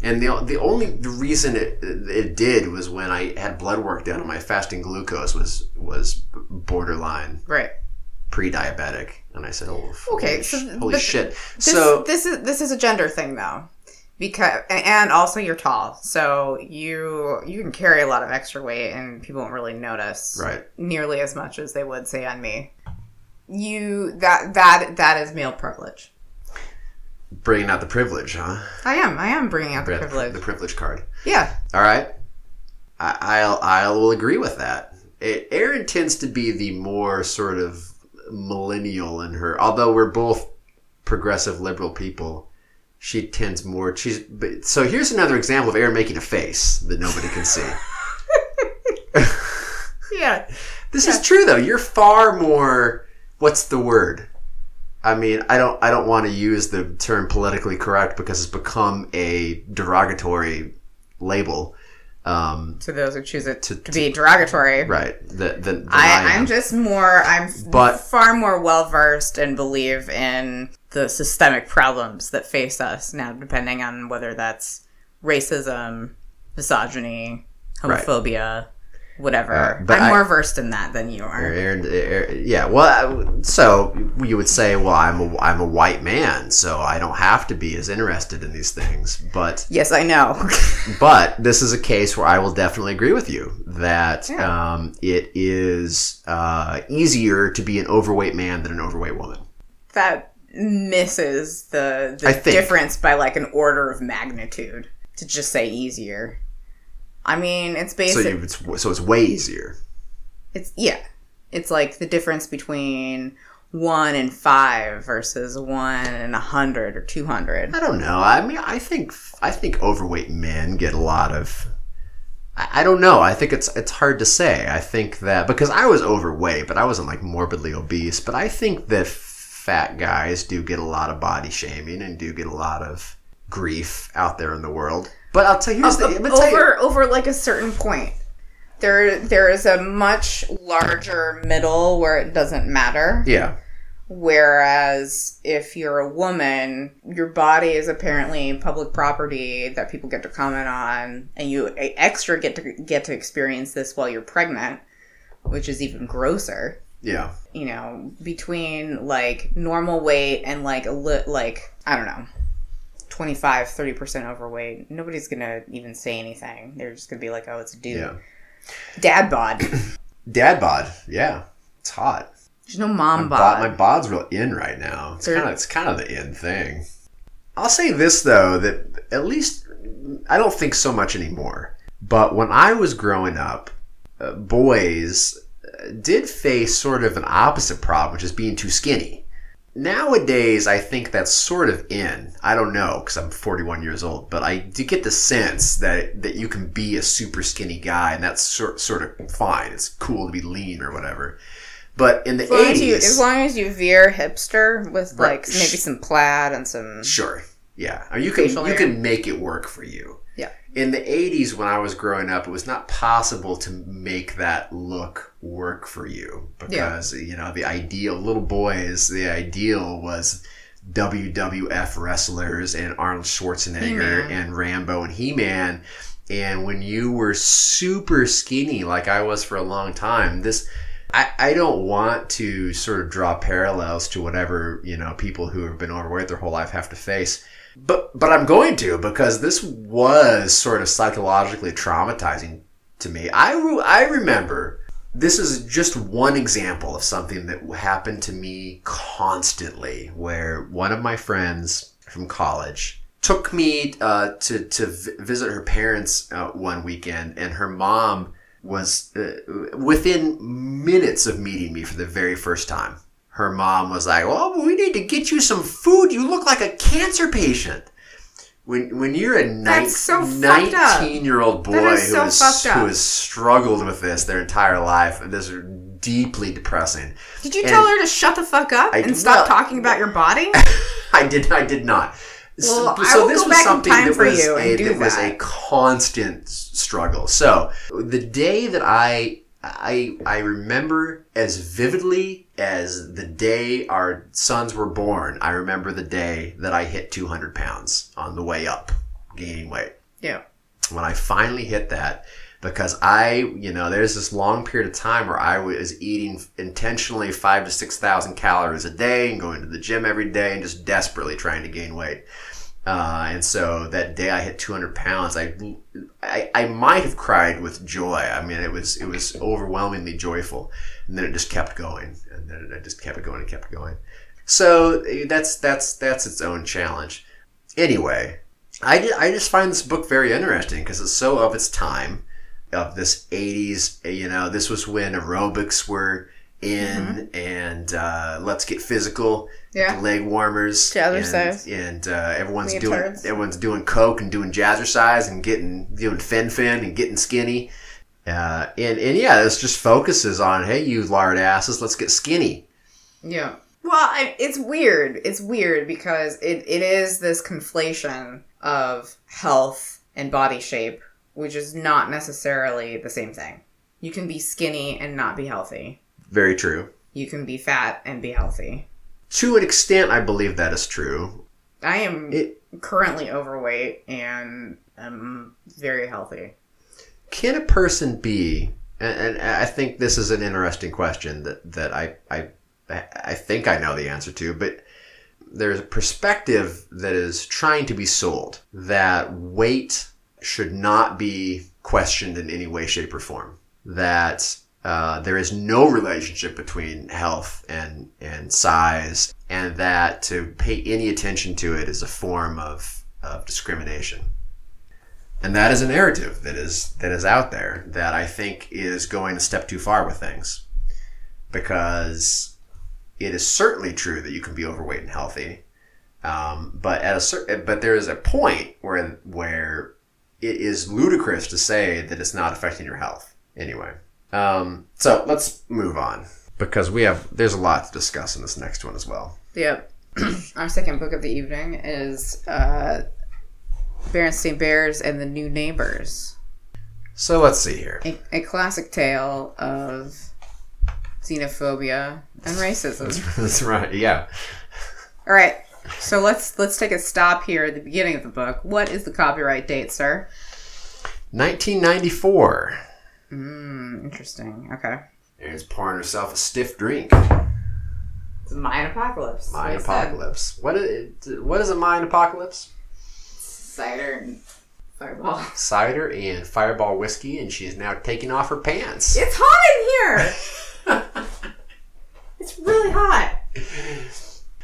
And the, the only the reason it, it did was when I had blood work done and my fasting glucose was was borderline
Right.
pre-diabetic, and I said, "Oh,
Okay,
holy, sh-
so th-
holy
but
shit!"
This,
so
this is this is a gender thing though, because and also you're tall, so you you can carry a lot of extra weight and people won't really notice
right,
nearly as much as they would say on me. You that that that is male privilege.
bringing out the privilege, huh?
I am I am bringing out the
Bring out
privilege.
The privilege card.
yeah,
All right, I, I'll I will agree with that. It, Aaron tends to be the more sort of millennial in her, although we're both progressive liberal people. She tends more. She's but, so here's another example of Aaron making a face that nobody can see.
yeah.
This is true though. You're far more what's the word? I mean, I don't I don't want to use the term politically correct because it's become a derogatory label. Um,
To those who choose it to,
To-
be derogatory,
right. The the, the
I, I'm just more I'm
But-
far more well versed and believe in the systemic problems that face us now, depending on whether that's racism, misogyny,
Right.
homophobia, whatever.
Right, but
I'm
I-
more versed in that than you are.
Aaron, Aaron- yeah. Well, I- so you would say, well, I'm a, I'm a white man, so I don't have to be as interested in these things. But
Yes, I know.
but this is a case where I will definitely agree with you that
Yeah.
um, it is uh, easier to be an overweight man than an overweight woman.
that misses the,
I
the
think.
difference by like an order of magnitude to just say easier. I mean, it's
So
basic.
you, it's so it's way easier.
It's yeah. It's like the difference between one and five versus one and a hundred or two hundred.
I don't know. I mean, I think I think overweight men get a lot of. I I don't know. I think it's it's hard to say. I think that because I was overweight, but I wasn't like morbidly obese. But I think that fat guys do get a lot of body shaming and do get a lot of grief out there in the world. But I'll tell you, here's the, but tell you-
Over over like a certain point. There there is a much larger middle where it doesn't matter.
yeah,
Whereas if you're a woman, your body is apparently public property that people get to comment on, and you e, extra get to get to experience this while you're pregnant, which is even grosser.
yeah.
you know, between like normal weight and like a li- like I don't know, 25, 30% overweight, nobody's going to even say anything. They're just going to be like, "Oh, it's a dude."
Yeah.
Dad bod.
Dad bod, yeah, it's hot.
There's no mom bod.
bod. My bod's real in right now. It's
There-
kind of it's kind of the in thing. I'll say this though that at least I don't think so much anymore. But when I was growing up, uh, boys uh, did face sort of an opposite problem, which is being too skinny. Nowadays, I think that's sort of in. I don't know because I'm 41 years old, but I do get the sense that that you can be a super skinny guy, and that's sort sort of fine. It's cool to be lean or whatever. But in the
as long, as
80s,
you, as long as you veer hipster with
Right.
like maybe some plaid and some
Sure. Yeah. I mean, you can
Facial
you
hair.
can make it work for you.
Yeah.
In the 80s when I was growing up, it was not possible to make that look work for you because you know, the ideal little boys, the ideal was WWF wrestlers and Arnold Schwarzenegger
He-Man.
and Rambo and He-Man. And when you were super skinny like I was for a long time, this I, I don't want to sort of draw parallels to whatever you know people who have been overweight their whole life have to face but but i'm going to because this was sort of psychologically traumatizing to me i, re- I remember this is just one example of something that happened to me constantly where one of my friends from college took me uh, to, to v- visit her parents uh, one weekend and her mom was uh, within minutes of meeting me for the very first time. Her mom was like, "Well, we need to get you some food. You look like a cancer patient." When when you're a nine,
That's so fucked up.
19 year old boy
That
who
is so
is-
fucked up.
who has struggled with this their entire life, and this is deeply depressing.
Did you
And-
tell her to shut the fuck up
I-
and stop
well-
talking about your body?
I did. I did not. So-
Well,
so,
I will
this
go
was
back in
something
time
that
for
was
you
a,
and do
that was
that.
a constant s- struggle. So the day that I I I remember as vividly as the day our sons were born. I remember the day that I hit 200 pounds on the way up, gaining weight
yeah.
when I finally hit that, because I, you know, there's this long period of time where I was eating intentionally five to 6,000 calories a day and going to the gym every day and just desperately trying to gain weight. Uh, and so that day I hit 200 pounds. I, I, I might have cried with joy. I mean, it was it was overwhelmingly joyful. And then it just kept going, and then I just kept it going and kept it going. So that's that's that's its own challenge. Anyway, I, did, I just find this book very interesting because it's so of its time, of this 80s. You know, this was when aerobics were in mm-hmm. and uh, let's get physical.
Yeah.
Leg warmers.
Jazzercise.
And, and uh, everyone's Leotards. doing everyone's doing coke and doing jazzercise and getting doing fin fin and getting skinny. Uh, and and yeah, this just focuses on hey, you lard asses, let's get skinny.
Yeah. Well, I, it's weird. It's weird because it, it is this conflation of health and body shape, which is not necessarily the same thing. You can be skinny and not be healthy.
Very true.
You can be fat and be healthy.
To an extent, I believe that is true.
I am it, currently overweight and am very healthy.
Can a person be, and, and I think this is an interesting question that, that I, I, I think I know the answer to, but there's a perspective that is trying to be sold that weight should not be questioned in any way, shape, or form. That uh, there is no relationship between health and and size, and that to pay any attention to it is a form of, of discrimination. And that is a narrative that is that is out there that I think is going a step too far with things, because it is certainly true that you can be overweight and healthy, um, but at a certain but there is a point where where it is ludicrous to say that it's not affecting your health anyway. Um, so let's move on because we have there's a lot to discuss in this next one as well.
Yep. Our second book of the evening is uh, Berenstain Bears and the New Neighbors.
So let's see here.
A, a classic tale of xenophobia and racism.
That's right. Yeah.
All right. So let's let's take a stop here at the beginning of the book. What is the copyright date, sir?
1994.
Mm, interesting. Okay.
Erin's pouring herself a stiff drink.
It's Mayan apocalypse.
Mayan apocalypse. What is it, what is a Mayan apocalypse?
Cider and fireball.
Cider and fireball whiskey, and she is now taking off her pants.
It's hot in here. it's really hot.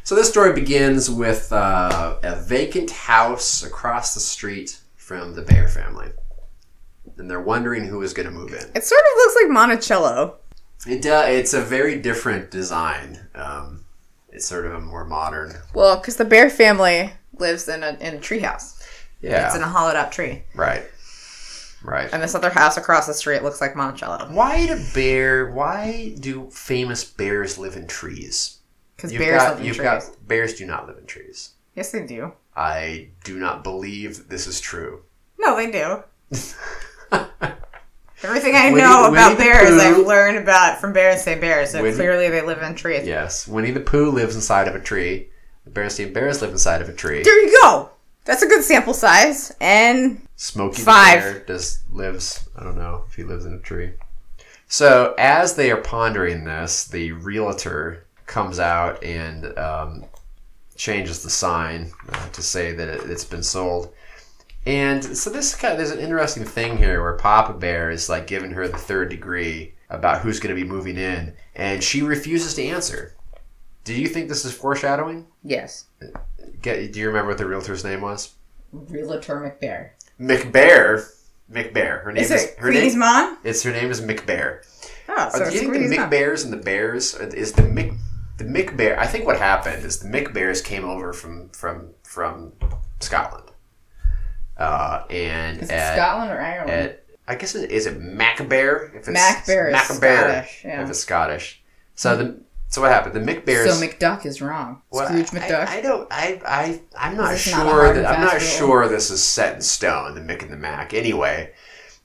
So this story begins with uh, a vacant house across the street from the Bayer family and they're wondering who is going to move in.
It sort of looks like Monticello.
It uh, it's a very different design. Um, it's sort of a more modern.
Well, because the Bear family lives in a in a treehouse.
Yeah,
it's in a hollowed out tree.
Right. Right.
And this other house across the street looks like Monticello.
Why do bear? Why do famous bears live in trees?
Because bears got, live in
you've
trees.
Got, bears do not live in trees.
Yes, they do.
I do not believe this is true.
No, they do. Everything I Winnie, know about Winnie bears, I've learned about from Berenstain Bears. So Winnie, clearly, they live in trees.
Yes, Winnie the Pooh lives inside of a tree. The Berenstain Bears live inside of a tree.
There you go. That's a good sample size. And
Smokey five. the Bear just lives. I don't know if he lives in a tree. So as they are pondering this, the realtor comes out and um, changes the sign uh, to say that it, it's been sold. And so this kind of, there's an interesting thing here where Papa Bear is like giving her the third degree about who's going to be moving in, and she refuses to answer. Do you think this is foreshadowing?
Yes.
Get, do you remember what the realtor's name was?
Realtor McBear.
McBear. McBear. Her name is,
it
is her name,
mom.
It's her name is McBear.
Oh, so
are, do you think the McBears and the Bears uh, is the Mc the McBear? I think what happened is the McBears came over from from from Scotland. Uh, and
is
at,
Scotland or Ireland?
At, I guess it, is it MacBear? If it's
MacBear is
Macbear,
Scottish. Yeah.
If it's Scottish, so the so what happened? The McBears.
So McDuck is wrong.
Well,
Scrooge McDuck.
I, I, don't. I I I'm not
Is this not a
sure
hard
that
and
I'm not
fast rule?
sure this is set in stone. The Mick and the Mac. Anyway,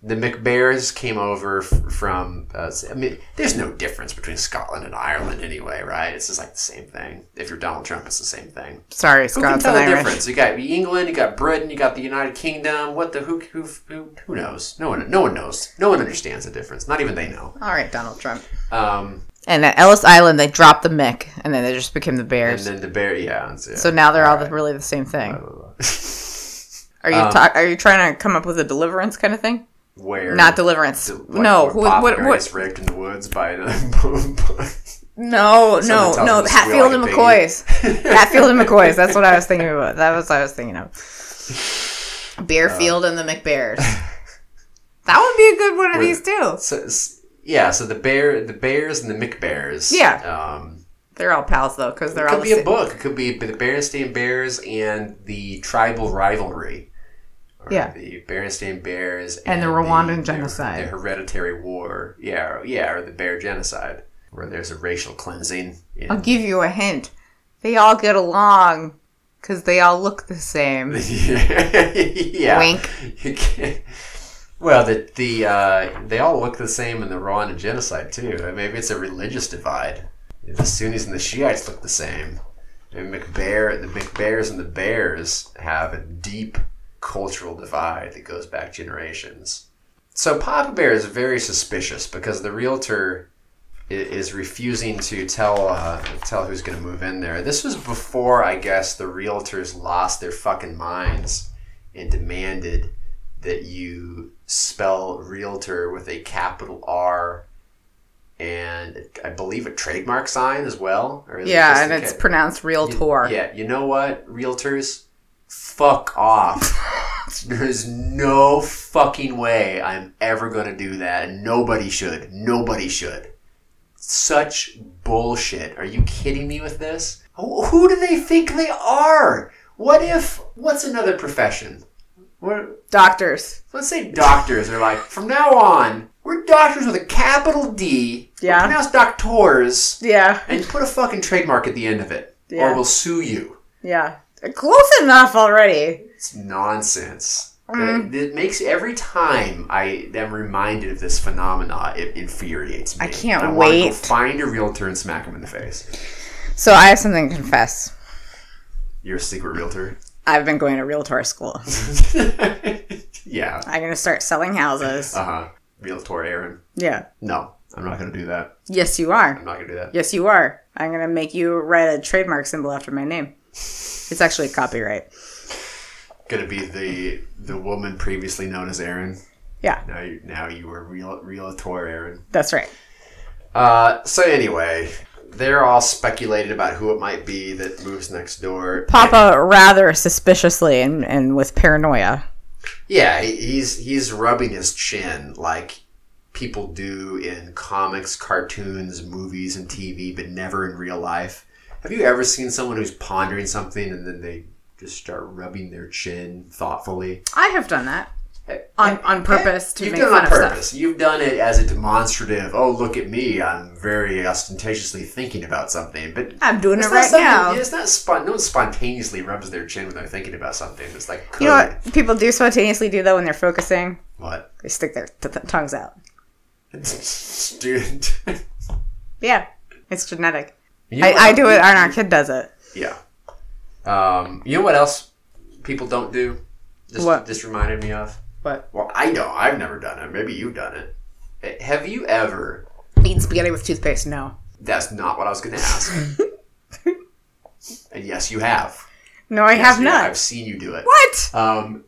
the McBears came over f- from. Uh, I mean, there's no difference between Scotland and Ireland anyway, right? It's just like the same thing. If you're Donald Trump, it's the same thing.
Sorry,
Who can
Scots
tell
and
the
Irish.
difference? You got England, you got Britain, you got the United Kingdom. What the who who who, who knows? No one no one knows. No one understands the difference. Not even they know.
All right, Donald Trump.
Um,
And at Ellis Island, they dropped the Mick, and then they just became the
and
Bears.
then the bear, yeah. and so-
so now they're all the, really the same thing. Are you
Um,
ta- are you trying to come up with a deliverance kind of thing?
Where
Not deliverance.
like,
no,
where
what, what,
Poplar
what-
is raped in the woods by the
No, no,
tells him
no.
to squeal
Hatfield and
like a
McCoy's. Hatfield and McCoy's. That's what I was thinking about. That was what I was thinking of.
Uh,
Bearfield and the McBears. That would be a good one of
Were-
these too.
so, s- yeah, so the bear, the bears, and the McBears.
Yeah.
Um,
They're all pals though, because they're
it
all
could be
the
a
same.
book. It could be the Berenstain Bears and the tribal rivalry. Or
Yeah.
The Berenstain Bears
And the Rwandan genocide.
The, hereditary war. Yeah. or- Yeah. Or the bear genocide, where there's a racial cleansing. In,
I'll give you a hint. They all get along because they all look the same.
yeah.
Wink.
You can't- Well, the the uh, they all look the same in the Rwandan genocide too. Maybe it's a religious divide. The Sunnis and the Shiites look the same. And McBear, the McBears and the Bears have a deep cultural divide that goes back generations. So Papa Bear is very suspicious because the realtor i- is refusing to tell uh, tell who's going to move in there. This was before, I guess, the realtors lost their fucking minds and demanded that you spell realtor with a capital R and I believe a trademark sign as well. Or is it
Yeah,
just
and
a
it's
ca-
pronounced realtor.
yeah, you know what, realtors? Fuck off. There's no fucking way I'm ever gonna do that, and nobody should. Nobody should. Such bullshit. Are you kidding me with this? Who who do they think they are? What if? What's another profession? What,
Doctors.
let's say doctors are like, from now on, we're doctors with a capital D. We're
Yeah.
pronounced doctors,
Yeah,
and put a fucking trademark at the end of it,
Yeah.
or we'll sue you.
yeah. Close enough already.
It's nonsense.
Mm-hmm.
It, it makes every time I am reminded of this phenomena, it infuriates me.
I can't
I wanna go
wait.
find a realtor and smack him in the face.
So I have something to confess.
You're a secret realtor.
I've been going to realtor school.
yeah.
I'm gonna start selling houses.
Uh huh. Realtor Aaron.
Yeah.
No, I'm not gonna do that.
Yes, you are.
I'm not gonna do that.
Yes, you are. I'm gonna make you write a trademark symbol after my name. It's actually copyright.
Gonna be the the woman previously known as Aaron.
Yeah,
Now you now you are real realtor Aaron.
that's right.
Uh. So anyway, they're all speculated about who it might be that moves next door.
Papa rather suspiciously and, and with paranoia.
Yeah, he- he's he's rubbing his chin like people do in comics, cartoons, movies, and TV, but never in real life. Have you ever seen someone who's pondering something and then they just start rubbing their chin thoughtfully?
I have done that on on purpose to
You've
make
done it on
fun of stuff.
purpose. You've done it as a demonstrative. Oh, look at me! I'm very ostentatiously thinking about something, but
I'm doing it
not
right
something-
now.
It's not spon- no one spontaneously rubs their chin when they're thinking about something. It's like
You know
code.
what? People do spontaneously do that when they're focusing.
what,
They stick their t- t- tongues out.
dude?
Yeah, it's genetic.
You know
I,
what
I
else-
do it, and our kid does it.
Yeah. Um, you know what else people don't do? This,
What?
This reminded me of.
What?
Well, I don't. I've never done it. Maybe you've done it. Eh, Have you ever?
Eat spaghetti with toothpaste? No.
That's not what I was going to ask. and yes, you have.
No, I have
You-
not.
I've seen you do it.
What?
Um,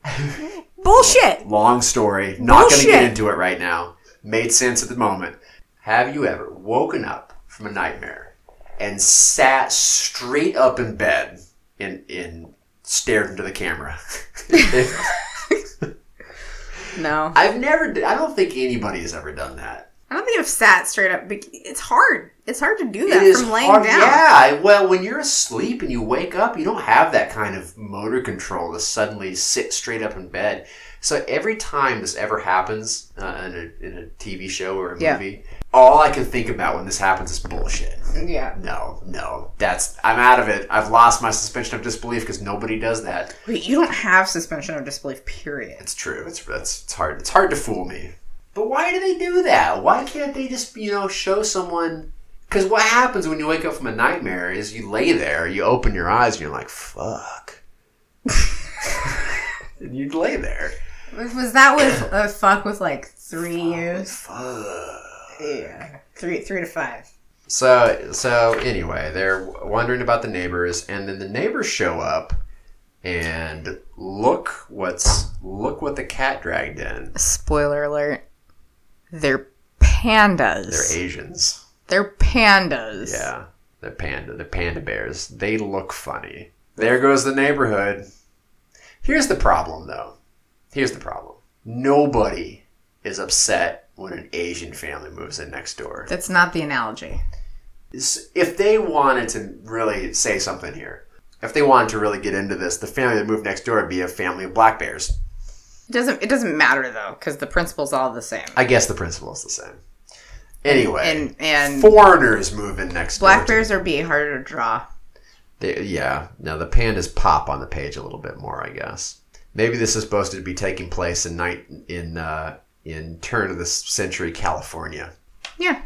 Bullshit.
long story. Not going to get
Bullshit.
into it right now. Made sense at the moment. Have you ever woken up from a nightmare and sat straight up in bed and, and stared into the camera?
No.
I've never. d- I don't think anybody has ever done that.
I don't think I've sat straight up. bec- It's hard. It's hard to do
It
that
is
from laying
hard-
down.
Yeah. Well, when you're asleep and you wake up, you don't have that kind of motor control to suddenly sit straight up in bed. So every time this ever happens uh, in, a, in a TV show or a
Yeah.
movie, all I can think about when this happens is bullshit.
Yeah.
No, no, that's I'm out of it. I've lost my suspension of disbelief because nobody does that.
Wait, you don't have suspension of disbelief, period.
It's true. It's that's it's hard. It's hard to fool me. But why do they do that? Why can't they just you know show someone? Because what happens when you wake up from a nightmare is you lay there, you open your eyes, and you're like, "Fuck," and you lay there.
Was that with a fuck with like three years?
Fuck.
Yeah. Three three to five.
So so anyway, they're wondering about the neighbors, and then the neighbors show up and look what's look what the cat dragged in.
Spoiler alert. They're pandas.
They're Asians.
They're pandas.
Yeah, they're panda. They're panda bears. They look funny. There goes the neighborhood. Here's the problem, though. Here's the problem. Nobody is upset when an Asian family moves in next door.
That's not the analogy.
s- if they wanted to really say something here, if they wanted to really get into this, the family that moved next door would be a family of black bears.
It doesn't it doesn't matter though, because the principle's all the same.
I guess the principle is the same. Anyway,
And and
foreigners move in next
black
door. to-
bears are being harder to draw.
They- yeah. Now the pandas pop on the page a little bit more, I guess. Maybe this is supposed to be taking place in night in uh, in turn of the century California.
Yeah.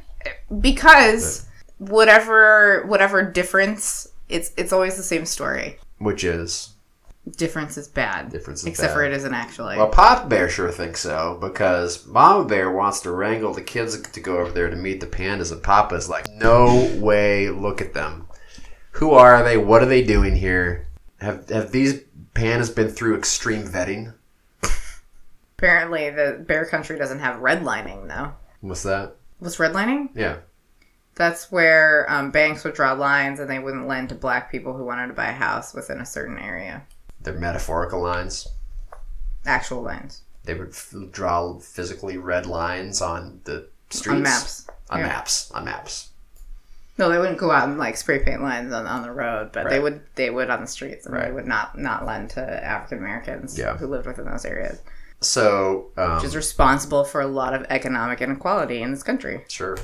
Because whatever whatever difference it's it's always the same story.
Which is
Difference is bad.
Difference is
Except
bad.
for it isn't actually.
Well, Papa Bear sure thinks so because Mama Bear wants to wrangle the kids to go over there to meet the pandas, and Papa's like, "No way! Look at them. Who are they? What are they doing here? Have have these pandas been through extreme vetting?
Apparently the bear country doesn't have redlining though.
What's that?
What's redlining?
Yeah,
That's where um, banks would draw lines and they wouldn't lend to black people who wanted to buy a house within a certain area.
they're metaphorical lines.
Actual lines
They would f- draw physically red lines on the streets
on maps.
on
Yeah.
maps, on maps.
No, they wouldn't go out and like spray paint lines on, on the road, but they
Right.
would they would on the streets and they
Right.
would not not lend to African Americans
Yeah.
who lived within those areas,
So um,
which is responsible for a lot of economic inequality in this country.
Sure.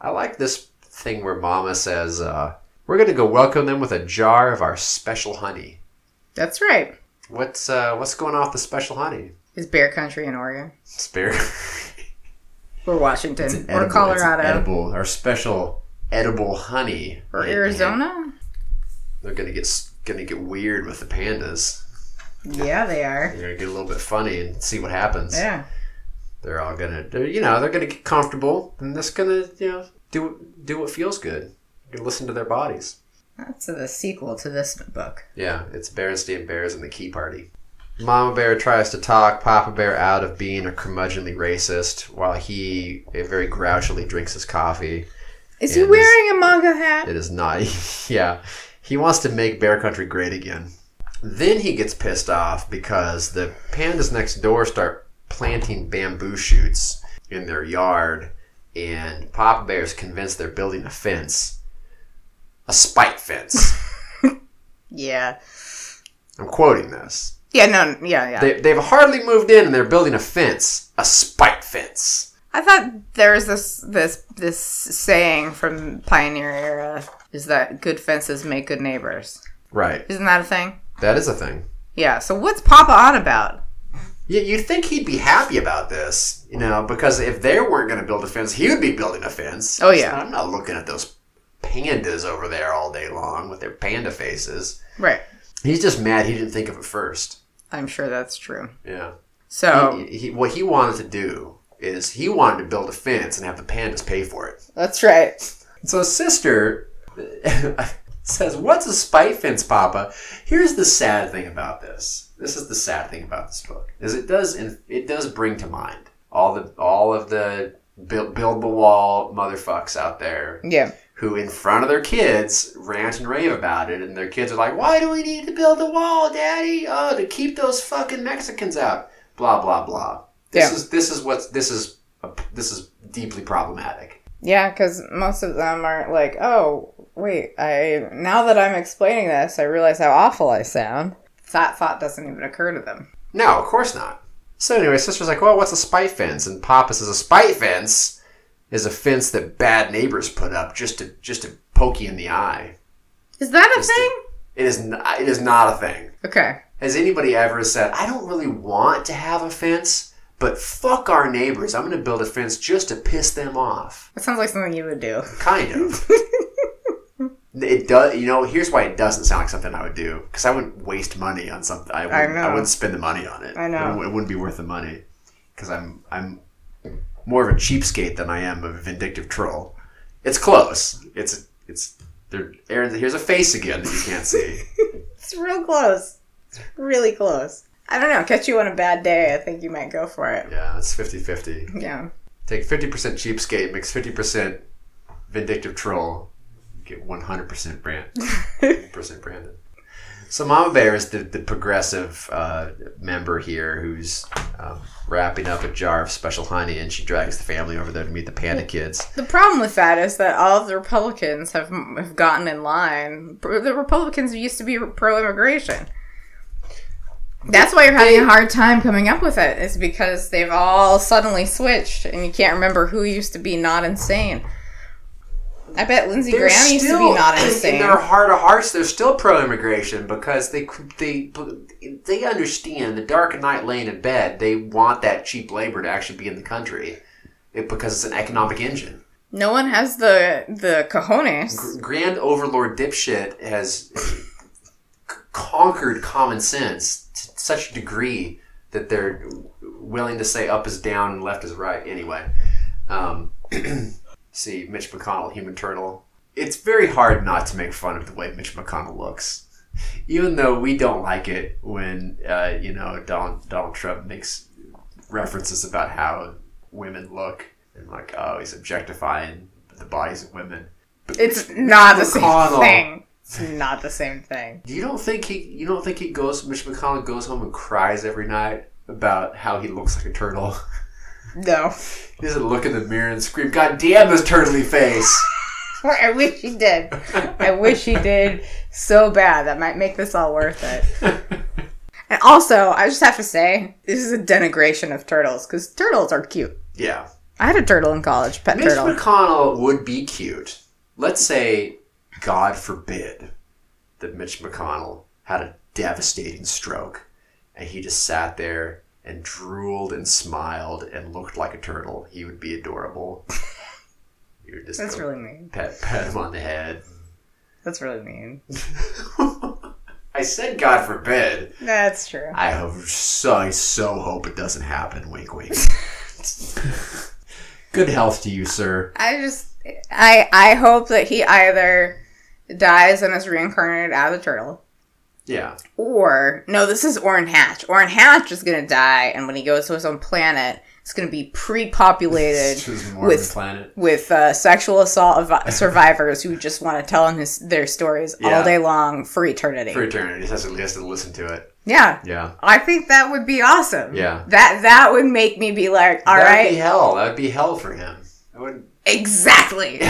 I like this thing where Mama says, uh, "We're going to go welcome them with a jar of our special honey."
That's right.
What's uh, what's going on with the special honey?
Is bear country in Oregon
Spare
or Washington or Colorado
edible. Our special edible honey.
or
And-
Arizona?
and They're going to get s- going to get weird with the pandas.
Yeah, they are.
They're going to get a little bit funny and see what happens.
Yeah.
They're all going to, they're, you know, they're going to get comfortable and that's going to, you know, do do what feels good. They're gonna listen to their bodies.
That's the sequel to this book.
Yeah, it's Berenstain Bears and the Key Party. Mama Bear tries to talk Papa Bear out of being a curmudgeonly racist while he eh, very grouchily drinks his coffee.
Is
Yeah,
he
this-
wearing a manga hat?
It is not. yeah. He wants to make Bear Country great again. Then he gets pissed off because the pandas next door start planting bamboo shoots in their yard, and Papa Bear's convinced they're building a fence. A spike fence.
Yeah.
I'm quoting this.
Yeah, no, yeah, yeah.
They, they've hardly moved in and they're building a fence, a spike fence.
I thought there was this this this saying from pioneer era is that good fences make good neighbors.
Right.
Isn't that a thing?
That is a thing.
Yeah. So what's Papa on about?
Yeah, you'd think he'd be happy about this, you know, because if they weren't going to build a fence, he would be building a fence.
Oh, yeah.
I'm not looking at those pandas over there all day long with their panda faces.
Right.
He's just mad he didn't think of it first.
I'm sure that's true.
Yeah.
So
He, he, what he wanted to do is he wanted to build a fence and have the pandas pay for it.
that's right.
So sister says, "What's a spite fence, Papa?" Here's the sad thing about this. This is the sad thing about this book is it does it does bring to mind all the all of the build, build the wall motherfucks out there
Yeah.
who in front of their kids rant and rave about it, and their kids are like, "Why do we need to build a wall, Daddy? Oh, to keep those fucking Mexicans out." Blah blah blah. This
Yeah.
is this is what's this is this is deeply problematic.
Yeah, because most of them are like, oh, wait, I now that I'm explaining this, I realize how awful I sound. That thought doesn't even occur to them.
No, of course not. So anyway, sister's like, well, what's a spite fence? And Papa says, a spite fence is a fence that bad neighbors put up just to just to poke you in the eye.
Is that a
Just a-
thing?
It is not, it is not a thing.
Okay.
Has anybody ever said, "I don't really want to have a fence, but fuck our neighbors. I'm going to build a fence just to piss them off."
That sounds like something you would do.
Kind of. It does, you know. Here's why it doesn't sound like something I would do, because I wouldn't waste money on something. I, wouldn't, I
know.
wouldn't spend the money on it.
I know.
It wou- It, wouldn't be worth the money, because I'm I'm more of a cheapskate than I am a vindictive troll. It's close. It's it's there. Aaron, here's a face again that you can't see.
It's real close. It's really close. I don't know. Catch you on a bad day. I think you might go for it.
yeah, it's 50-50.
Yeah.
Take fifty percent cheapskate, mix fifty percent vindictive troll, get one hundred percent brand percent Brandon. So Mama Bear is the, the progressive uh, member here who's um, wrapping up a jar of special honey, and she drags the family over there to meet the panda kids.
The problem with that is that all of the Republicans have have gotten in line. The Republicans used to be pro immigration. That's why you're having a hard time coming up with it. Is because they've all suddenly switched, and you can't remember who used to be not insane. I bet Lindsey
They're
Graham used to
still-
be not
In
insane.
their heart of hearts, they're still pro-immigration because they they they understand the dark and night laying in bed. They want that cheap labor to actually be in the country, it, because it's an economic engine.
No one has the the cojones.
Grand Overlord dipshit has c- conquered common sense to such a degree that they're willing to say up is down and left is right. Anyway, um, see Mitch McConnell, Human Turtle. It's very hard not to make fun of the way Mitch McConnell looks. Even though we don't like it when uh, you know Donald, Donald Trump makes references about how women look and like oh he's objectifying the bodies of women. But
It's not the
McConnell.
same thing. It's not the same thing.
You don't think he? You don't think he goes? Mitch McConnell goes home and cries every night about how he looks like a turtle.
No.
he doesn't look in the mirror and scream, "God damn this turtly face!"
I wish he did. I wish he did so bad. That might make this all worth it. And also, I just have to say, this is a denigration of turtles because turtles are cute.
yeah,
I had a turtle in college, pet
Mitch
turtle.
McConnell would be cute. Let's say, God forbid, that Mitch McConnell had a devastating stroke, and he just sat there and drooled and smiled and looked like a turtle. He would be adorable. you would just
That's
go
really mean.
pet pat him on the head.
That's really mean.
I said, God forbid.
That's true.
I hope so. I so hope it doesn't happen. Wink, wink. Good health to you, sir.
I just, I, I hope that he either dies and is reincarnated as a turtle,
Yeah,
or no, this is Orrin Hatch. Orrin Hatch is gonna die, and when he goes to his own planet, it's gonna be pre-populated
This is Mormon
with
planet.
with uh, sexual assault av- survivors who just want to tell him his, their stories
Yeah.
all day long for eternity.
For e-, eternity, he has, to, he has to listen to it.
yeah,
Yeah,
I think that would be awesome.
Yeah.
that that would make me be like, all
that would
right,
be hell. That would be hell for him. I would.
exactly,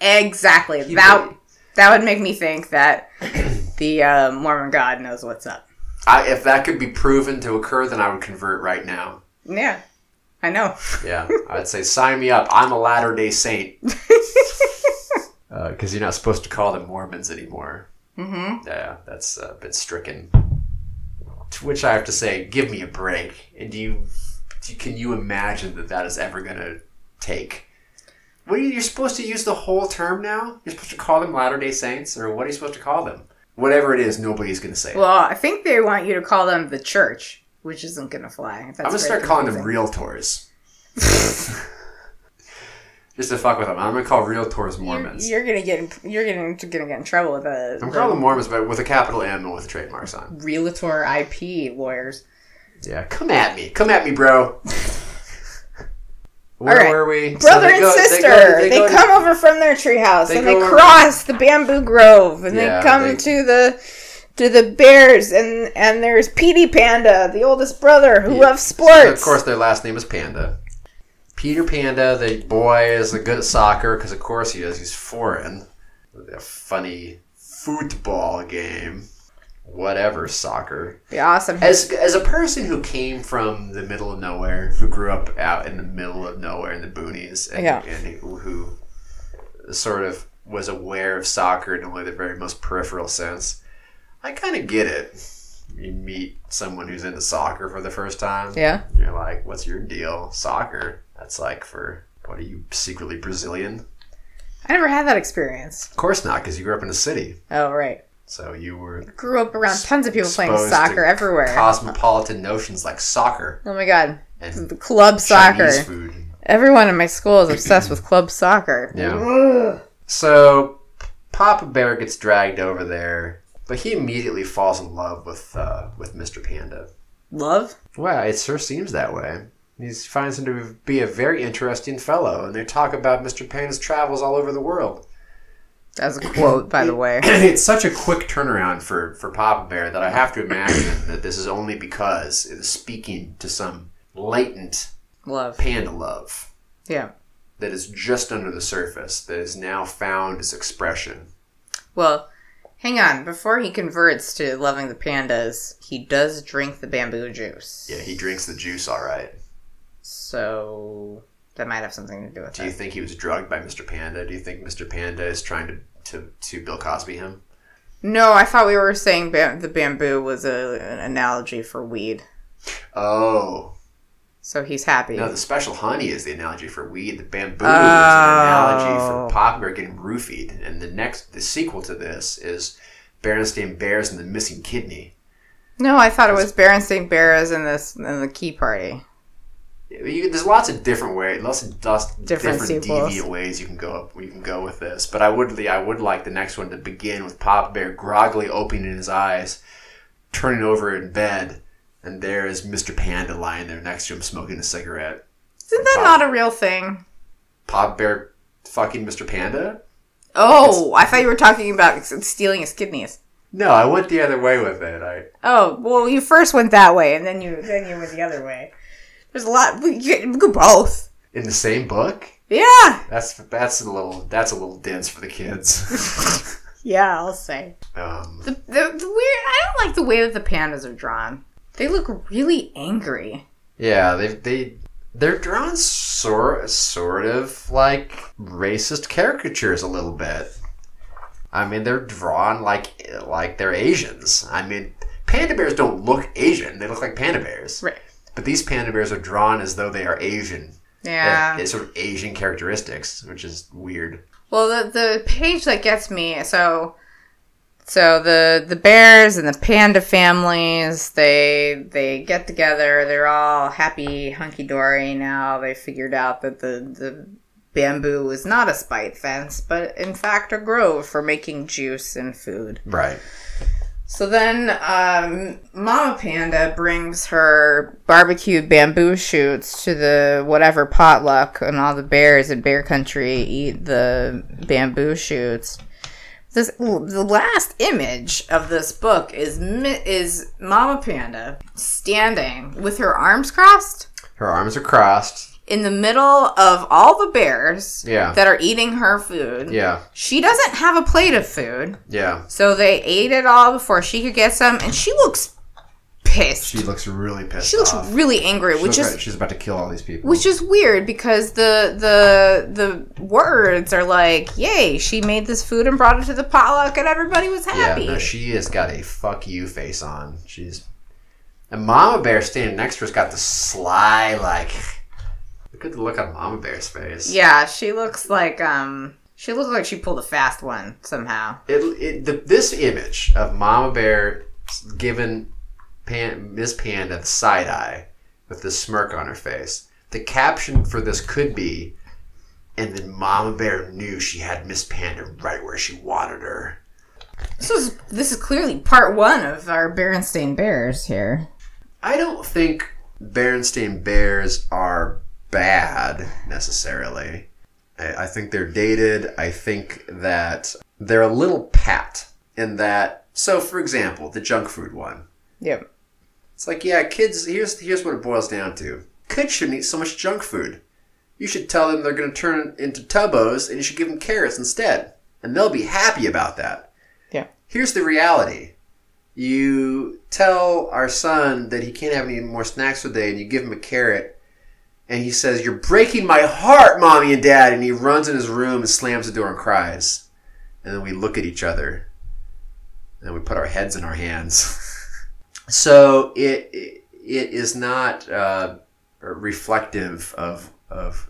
exactly.
He
that
would-
that would make me think that the uh, Mormon God knows what's up.
I, if that could be proven to occur, then I would convert right now.
Yeah, I know.
Yeah, I'd say sign me up. I'm a Latter Day Saint. Because you're not supposed to call them Mormons anymore.
hmm
Yeah, that's uh, been stricken. To which I have to say, give me a break. And do you, do you- can you imagine that that is ever going to take? What are you, you're supposed to use the whole term now? You're supposed to call them Latter Day Saints, or what are you supposed to call them? Whatever it is, nobody's going to say. it.
Well, I think they want you to call them the church, which isn't gonna fly. That's
I'm gonna
very
start calling them
confusing.
realtors. Just to fuck with them. I'm gonna call realtors Mormons.
You're, you're gonna get in, you're gonna, gonna get in trouble with the,
I'm
the
calling them Mormons, but with a capital M and with trademarks on.
realtor IP lawyers.
Yeah, come at me, come at me, bro. Where
All right.
were we? So
Brother
they
and
go- they go-
sister, they,
go-
come over from their treehouse
they
and they
go-
cross the bamboo grove and
Yeah,
they come
they-
to the to the bears and and there's Petey Panda, the oldest brother who
Yeah.
loves sports.
Of course, their last name is Panda. Peter Panda, the boy, is good at soccer because, of course, he is. He's foreign. A funny football game. whatever soccer.
Be awesome.
As as a person who came from the middle of nowhere, who grew up out in the middle of nowhere in the boonies, and,
Yeah.
and who, who sort of was aware of soccer in only the very most peripheral sense, I kind of get it. You meet someone who's into soccer for the first time.
yeah.
You're like, what's your deal? Soccer. That's like for, what are you, secretly Brazilian?
I never had that experience.
Of course not, because you grew up in a city.
Oh, right.
So you were
Grew up around tons of people playing
Exposed
soccer
to
everywhere.
cosmopolitan notions like soccer
oh my god.
and
The club soccer.
Chinese food.
Everyone in my school is obsessed with club soccer.
Yeah. So Papa Bear gets dragged over there, but he immediately falls in love with uh, with Mr. Panda.
Love?
Well, it sure seems that way. He finds him to be a very interesting fellow, and they talk about Mr. Panda's travels all over the world.
That's a quote, by the way.
it's such a quick turnaround for for Papa Bear that I have to imagine that this is only because it is speaking to some latent
Love.
panda love
Yeah.
that is just under the surface that has now found its expression.
Well, hang on. Before he converts to loving the pandas, he does drink the bamboo juice.
Yeah, he drinks the juice all right.
So that might have something to do with
Do you
it.
think he was drugged by Mr. Panda? Do you think Mr. Panda is trying to to, to Bill Cosby him?
No, I thought we were saying ba- the bamboo was a, an analogy for weed.
Oh.
So he's happy.
No, the special honey is the analogy for weed. The bamboo is an
Oh.
analogy for Popper getting roofied. And the next, the sequel to this is Berenstain Bears and the Missing Kidney.
no, I thought it was Berenstain Bears in this in the key party.
You, there's lots of different ways, lots of dust,
Different
different,
sequels.
deviant ways you can go up. You can go with this, but I would, I would like the next one to begin with Pop Bear groggily opening his eyes, turning over in bed, and there is Mr. Panda lying there next to him smoking a cigarette.
Isn't that not a real thing?
Pop Bear fucking Mr. Panda.
Oh, I thought you were talking about s- stealing his kidneys.
No, I went the other way with it. I
Oh, well, you first went that way, and then you then you went the other way. There's a lot. We you we go both.
in the same book.
Yeah.
That's that's a little that's a little dense for the kids.
Yeah, I'll say.
um,
The, the, the weird. I don't like the way that the pandas are drawn. They look really angry.
yeah, they they they're drawn sort sort of like racist caricatures a little bit. I mean, they're drawn like like they're Asians. I mean, panda bears don't look Asian; they look like panda bears.
Right.
But these panda bears are drawn as though they are Asian.
Yeah.
It's sort of Asian characteristics, which is weird.
Well, the, the page that gets me so so the the bears and the panda families they they get together. They're all happy hunky dory now. They figured out that the the bamboo is not a spite fence, but in fact a grove for making juice and food.
Right.
So then, um, Mama Panda brings her barbecued bamboo shoots to the whatever potluck, and all the bears in bear country eat the bamboo shoots. This the last image of this book is mi- is Mama Panda standing with her arms crossed
Her arms are crossed.
in the middle of all the bears
Yeah.
that are eating her food.
Yeah.
She doesn't have a plate of food.
Yeah.
So they ate it all before she could get some, and she looks pissed.
She
She,
looks really pissed.
looks
off.
really angry,
She
which
looks
is
like she's about to kill all these people.
which is weird because the the the words are like, "Yay, she made this food and brought it to the potluck, and everybody was
yeah,
happy."
no, she has got a fuck you face on. She's and Mama Bear standing next to her's got the sly like. Look at the look on Mama Bear's face.
Yeah, she looks like um she looked like she pulled a fast one somehow.
It, it the, this image of Mama Bear giving Pan, Miss Panda the side eye with the smirk on her face. The caption for this could be, and then Mama Bear knew she had Miss Panda right where she wanted her.
This is this is clearly part one of our Berenstain Bears here.
I don't think Berenstain Bears are bad necessarily. I, I think they're dated. I think that they're a little pat in that. So, for example, the junk food one.
Yep.
It's like, yeah, kids. Here's here's what it boils down to. Kids shouldn't eat so much junk food. You should tell them they're going to turn into tubos, and you should give them carrots instead, and they'll be happy about that.
Yeah.
Here's the reality. you tell our son that he can't have any more snacks today, and you give him a carrot, and he says, "You're breaking my heart, mommy and dad," and he runs in his room and slams the door and cries, and then we look at each other, and we put our heads in our hands. so it, it it is not uh, reflective of of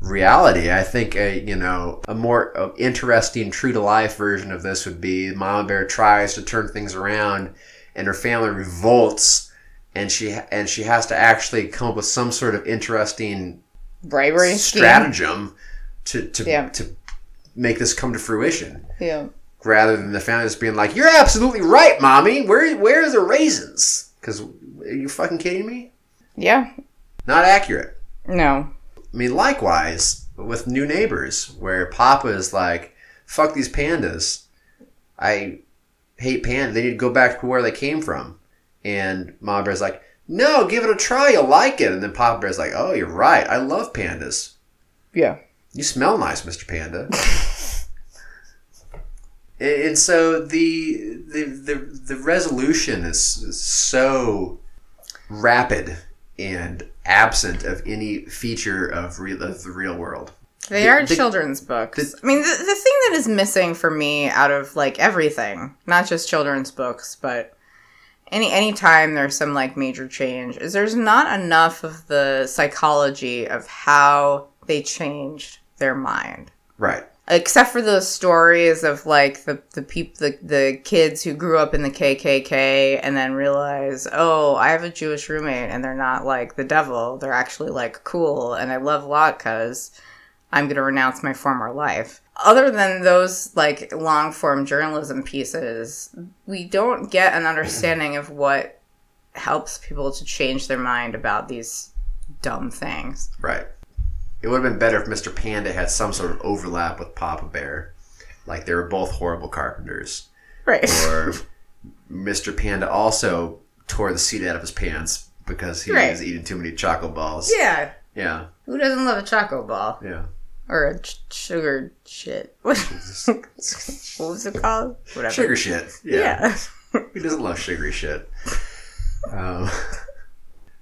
reality. I think a you know a more uh, interesting, true to life version of this would be Mama Bear tries to turn things around, and her family revolts, and she and she has to actually come up with some sort of interesting
Bribery scheme.
stratagem to to
Yeah.
to make this come to fruition.
Yeah.
Rather than the family just being like, "You're absolutely right, mommy. Where where are the raisins?" Because are you fucking kidding me?
Yeah.
Not accurate.
No.
I mean, likewise with new neighbors, where Papa is like, "Fuck these pandas! I hate pandas. They need to go back to where they came from." And Mama Bear's like, "No, give it a try. You'll like it." And then Papa Bear's like, "Oh, you're right. I love pandas.
Yeah.
You smell nice, Mister Panda." And and so the the the, the resolution is is so rapid and absent of any feature of, real, of the real world.
They
The-
are
the-
children's books.
the-
I mean, the, the thing that is missing for me out of like everything, not just children's books, but any any time there's some like major change, is there's not enough of the psychology of how they changed their mind.
Right.
Except for those stories of like the the peop, the, the kids who grew up in the KKK and then realize, oh, I have a Jewish roommate and they're not like the devil. They're actually like cool and I love latkes. I'm going to renounce my former life. Other than those like long form journalism pieces, we don't get an understanding of what helps people to change their mind about these dumb things.
Right. It would have been better if Mr. Panda had some sort of overlap with Papa Bear. Like they were both horrible carpenters.
Right.
Or Mr. Panda also tore the seat out of his pants because he
Right.
was eating too many chocolate balls.
Yeah.
Yeah.
Who doesn't love a choco ball
Yeah.
or a ch- sugar shit? What what was it called? Whatever.
Sugar shit. yeah.
Yeah.
Who doesn't love sugary shit? Um,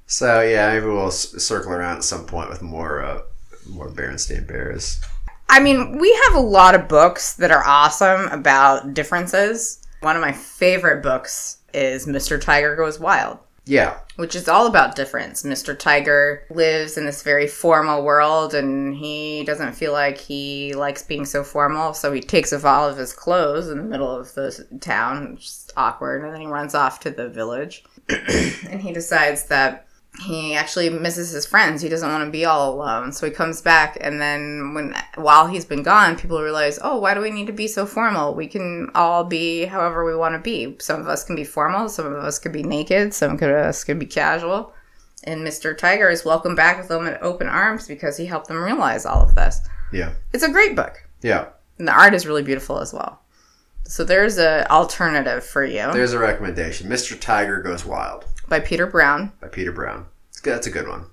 so yeah, maybe we'll s- circle around at some point with more uh, more Berenstain Bears.
I mean, we have a lot of books that are awesome about differences. One of my favorite books is Mr. Tiger Goes Wild.
Yeah,
which is all about difference. Mr. Tiger lives in this very formal world and he doesn't feel like he likes being so formal, so he takes off all of his clothes in the middle of the town, which is awkward, and then he runs off to the village. and he decides that he actually misses his friends. He doesn't want to be all alone. So he comes back and then when while he's been gone, people realize, "Oh, why do we need to be so formal? We can all be however we want to be. Some of us can be formal, some of us could be naked, some of us could be casual." And Mr. Tiger is welcomed back with them at open arms because he helped them realize all of this.
yeah,
It's a great book.
yeah.
And the art is really beautiful as well. So there's a alternative for you
There's a recommendation: Mr. Tiger Goes Wild
by Peter Brown.
by Peter Brown. It's good. That's a good one.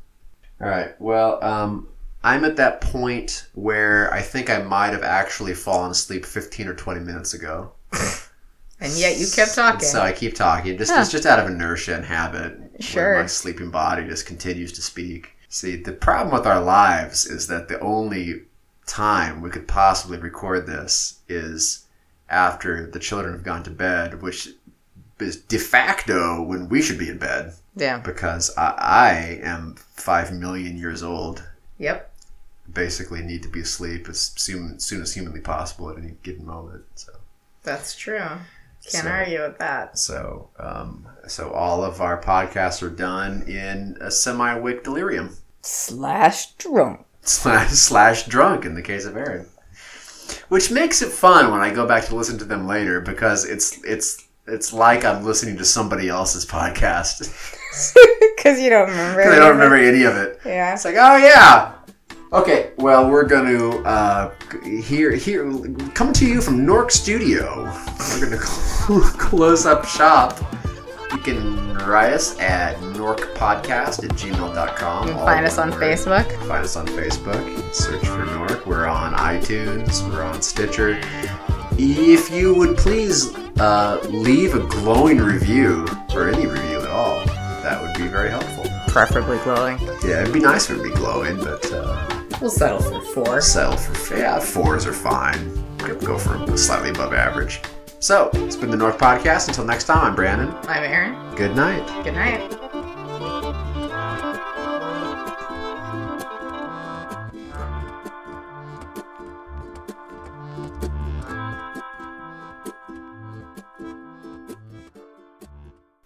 All right. Well, um, I'm at that point where I think I might have actually fallen asleep 15 or 20 minutes ago.
And yet you kept talking.
So I keep talking. Just it's just out of inertia and habit.
Sure.
Where my sleeping body just continues to speak. See, the problem with our lives is that the only time we could possibly record this is after the children have gone to bed, which is de facto when we should be in bed
yeah.
because I, I am five million years old.
Yep.
Basically, need to be asleep as soon, soon as humanly possible at any given moment. So.
That's true. Can't
So-
argue with that.
So, um, so all of our podcasts are done in a semi-wick delirium
Slash drunk.
slash slash drunk in the case of Aaron, which makes it fun when I go back to listen to them later because it's it's it's like I'm listening to somebody else's podcast. 'Cause
Because you don't remember.
I don't remember any of it.
Yeah.
It's like, oh yeah. Okay, well, we're going to uh, here here come to you from Nork Studio. We're going to cl- close up shop. You can write us at norkpodcast at gmail.com.
You can find us on Facebook.
Find us on Facebook. Search for Nork. We're on iTunes. We're on Stitcher. If you would please uh, leave a glowing review or any review at all. That would be very helpful.
Preferably glowing.
Yeah, it'd be nice if it'd be glowing, but uh,
We'll settle for four.
settle for yeah, fours are fine. Go- Go for slightly above average. So it's been the North Podcast. Until next time, I'm Brandon.
I'm Aaron.
Good night.
Good night.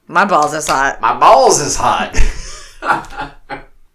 My balls is hot.
My balls is hot.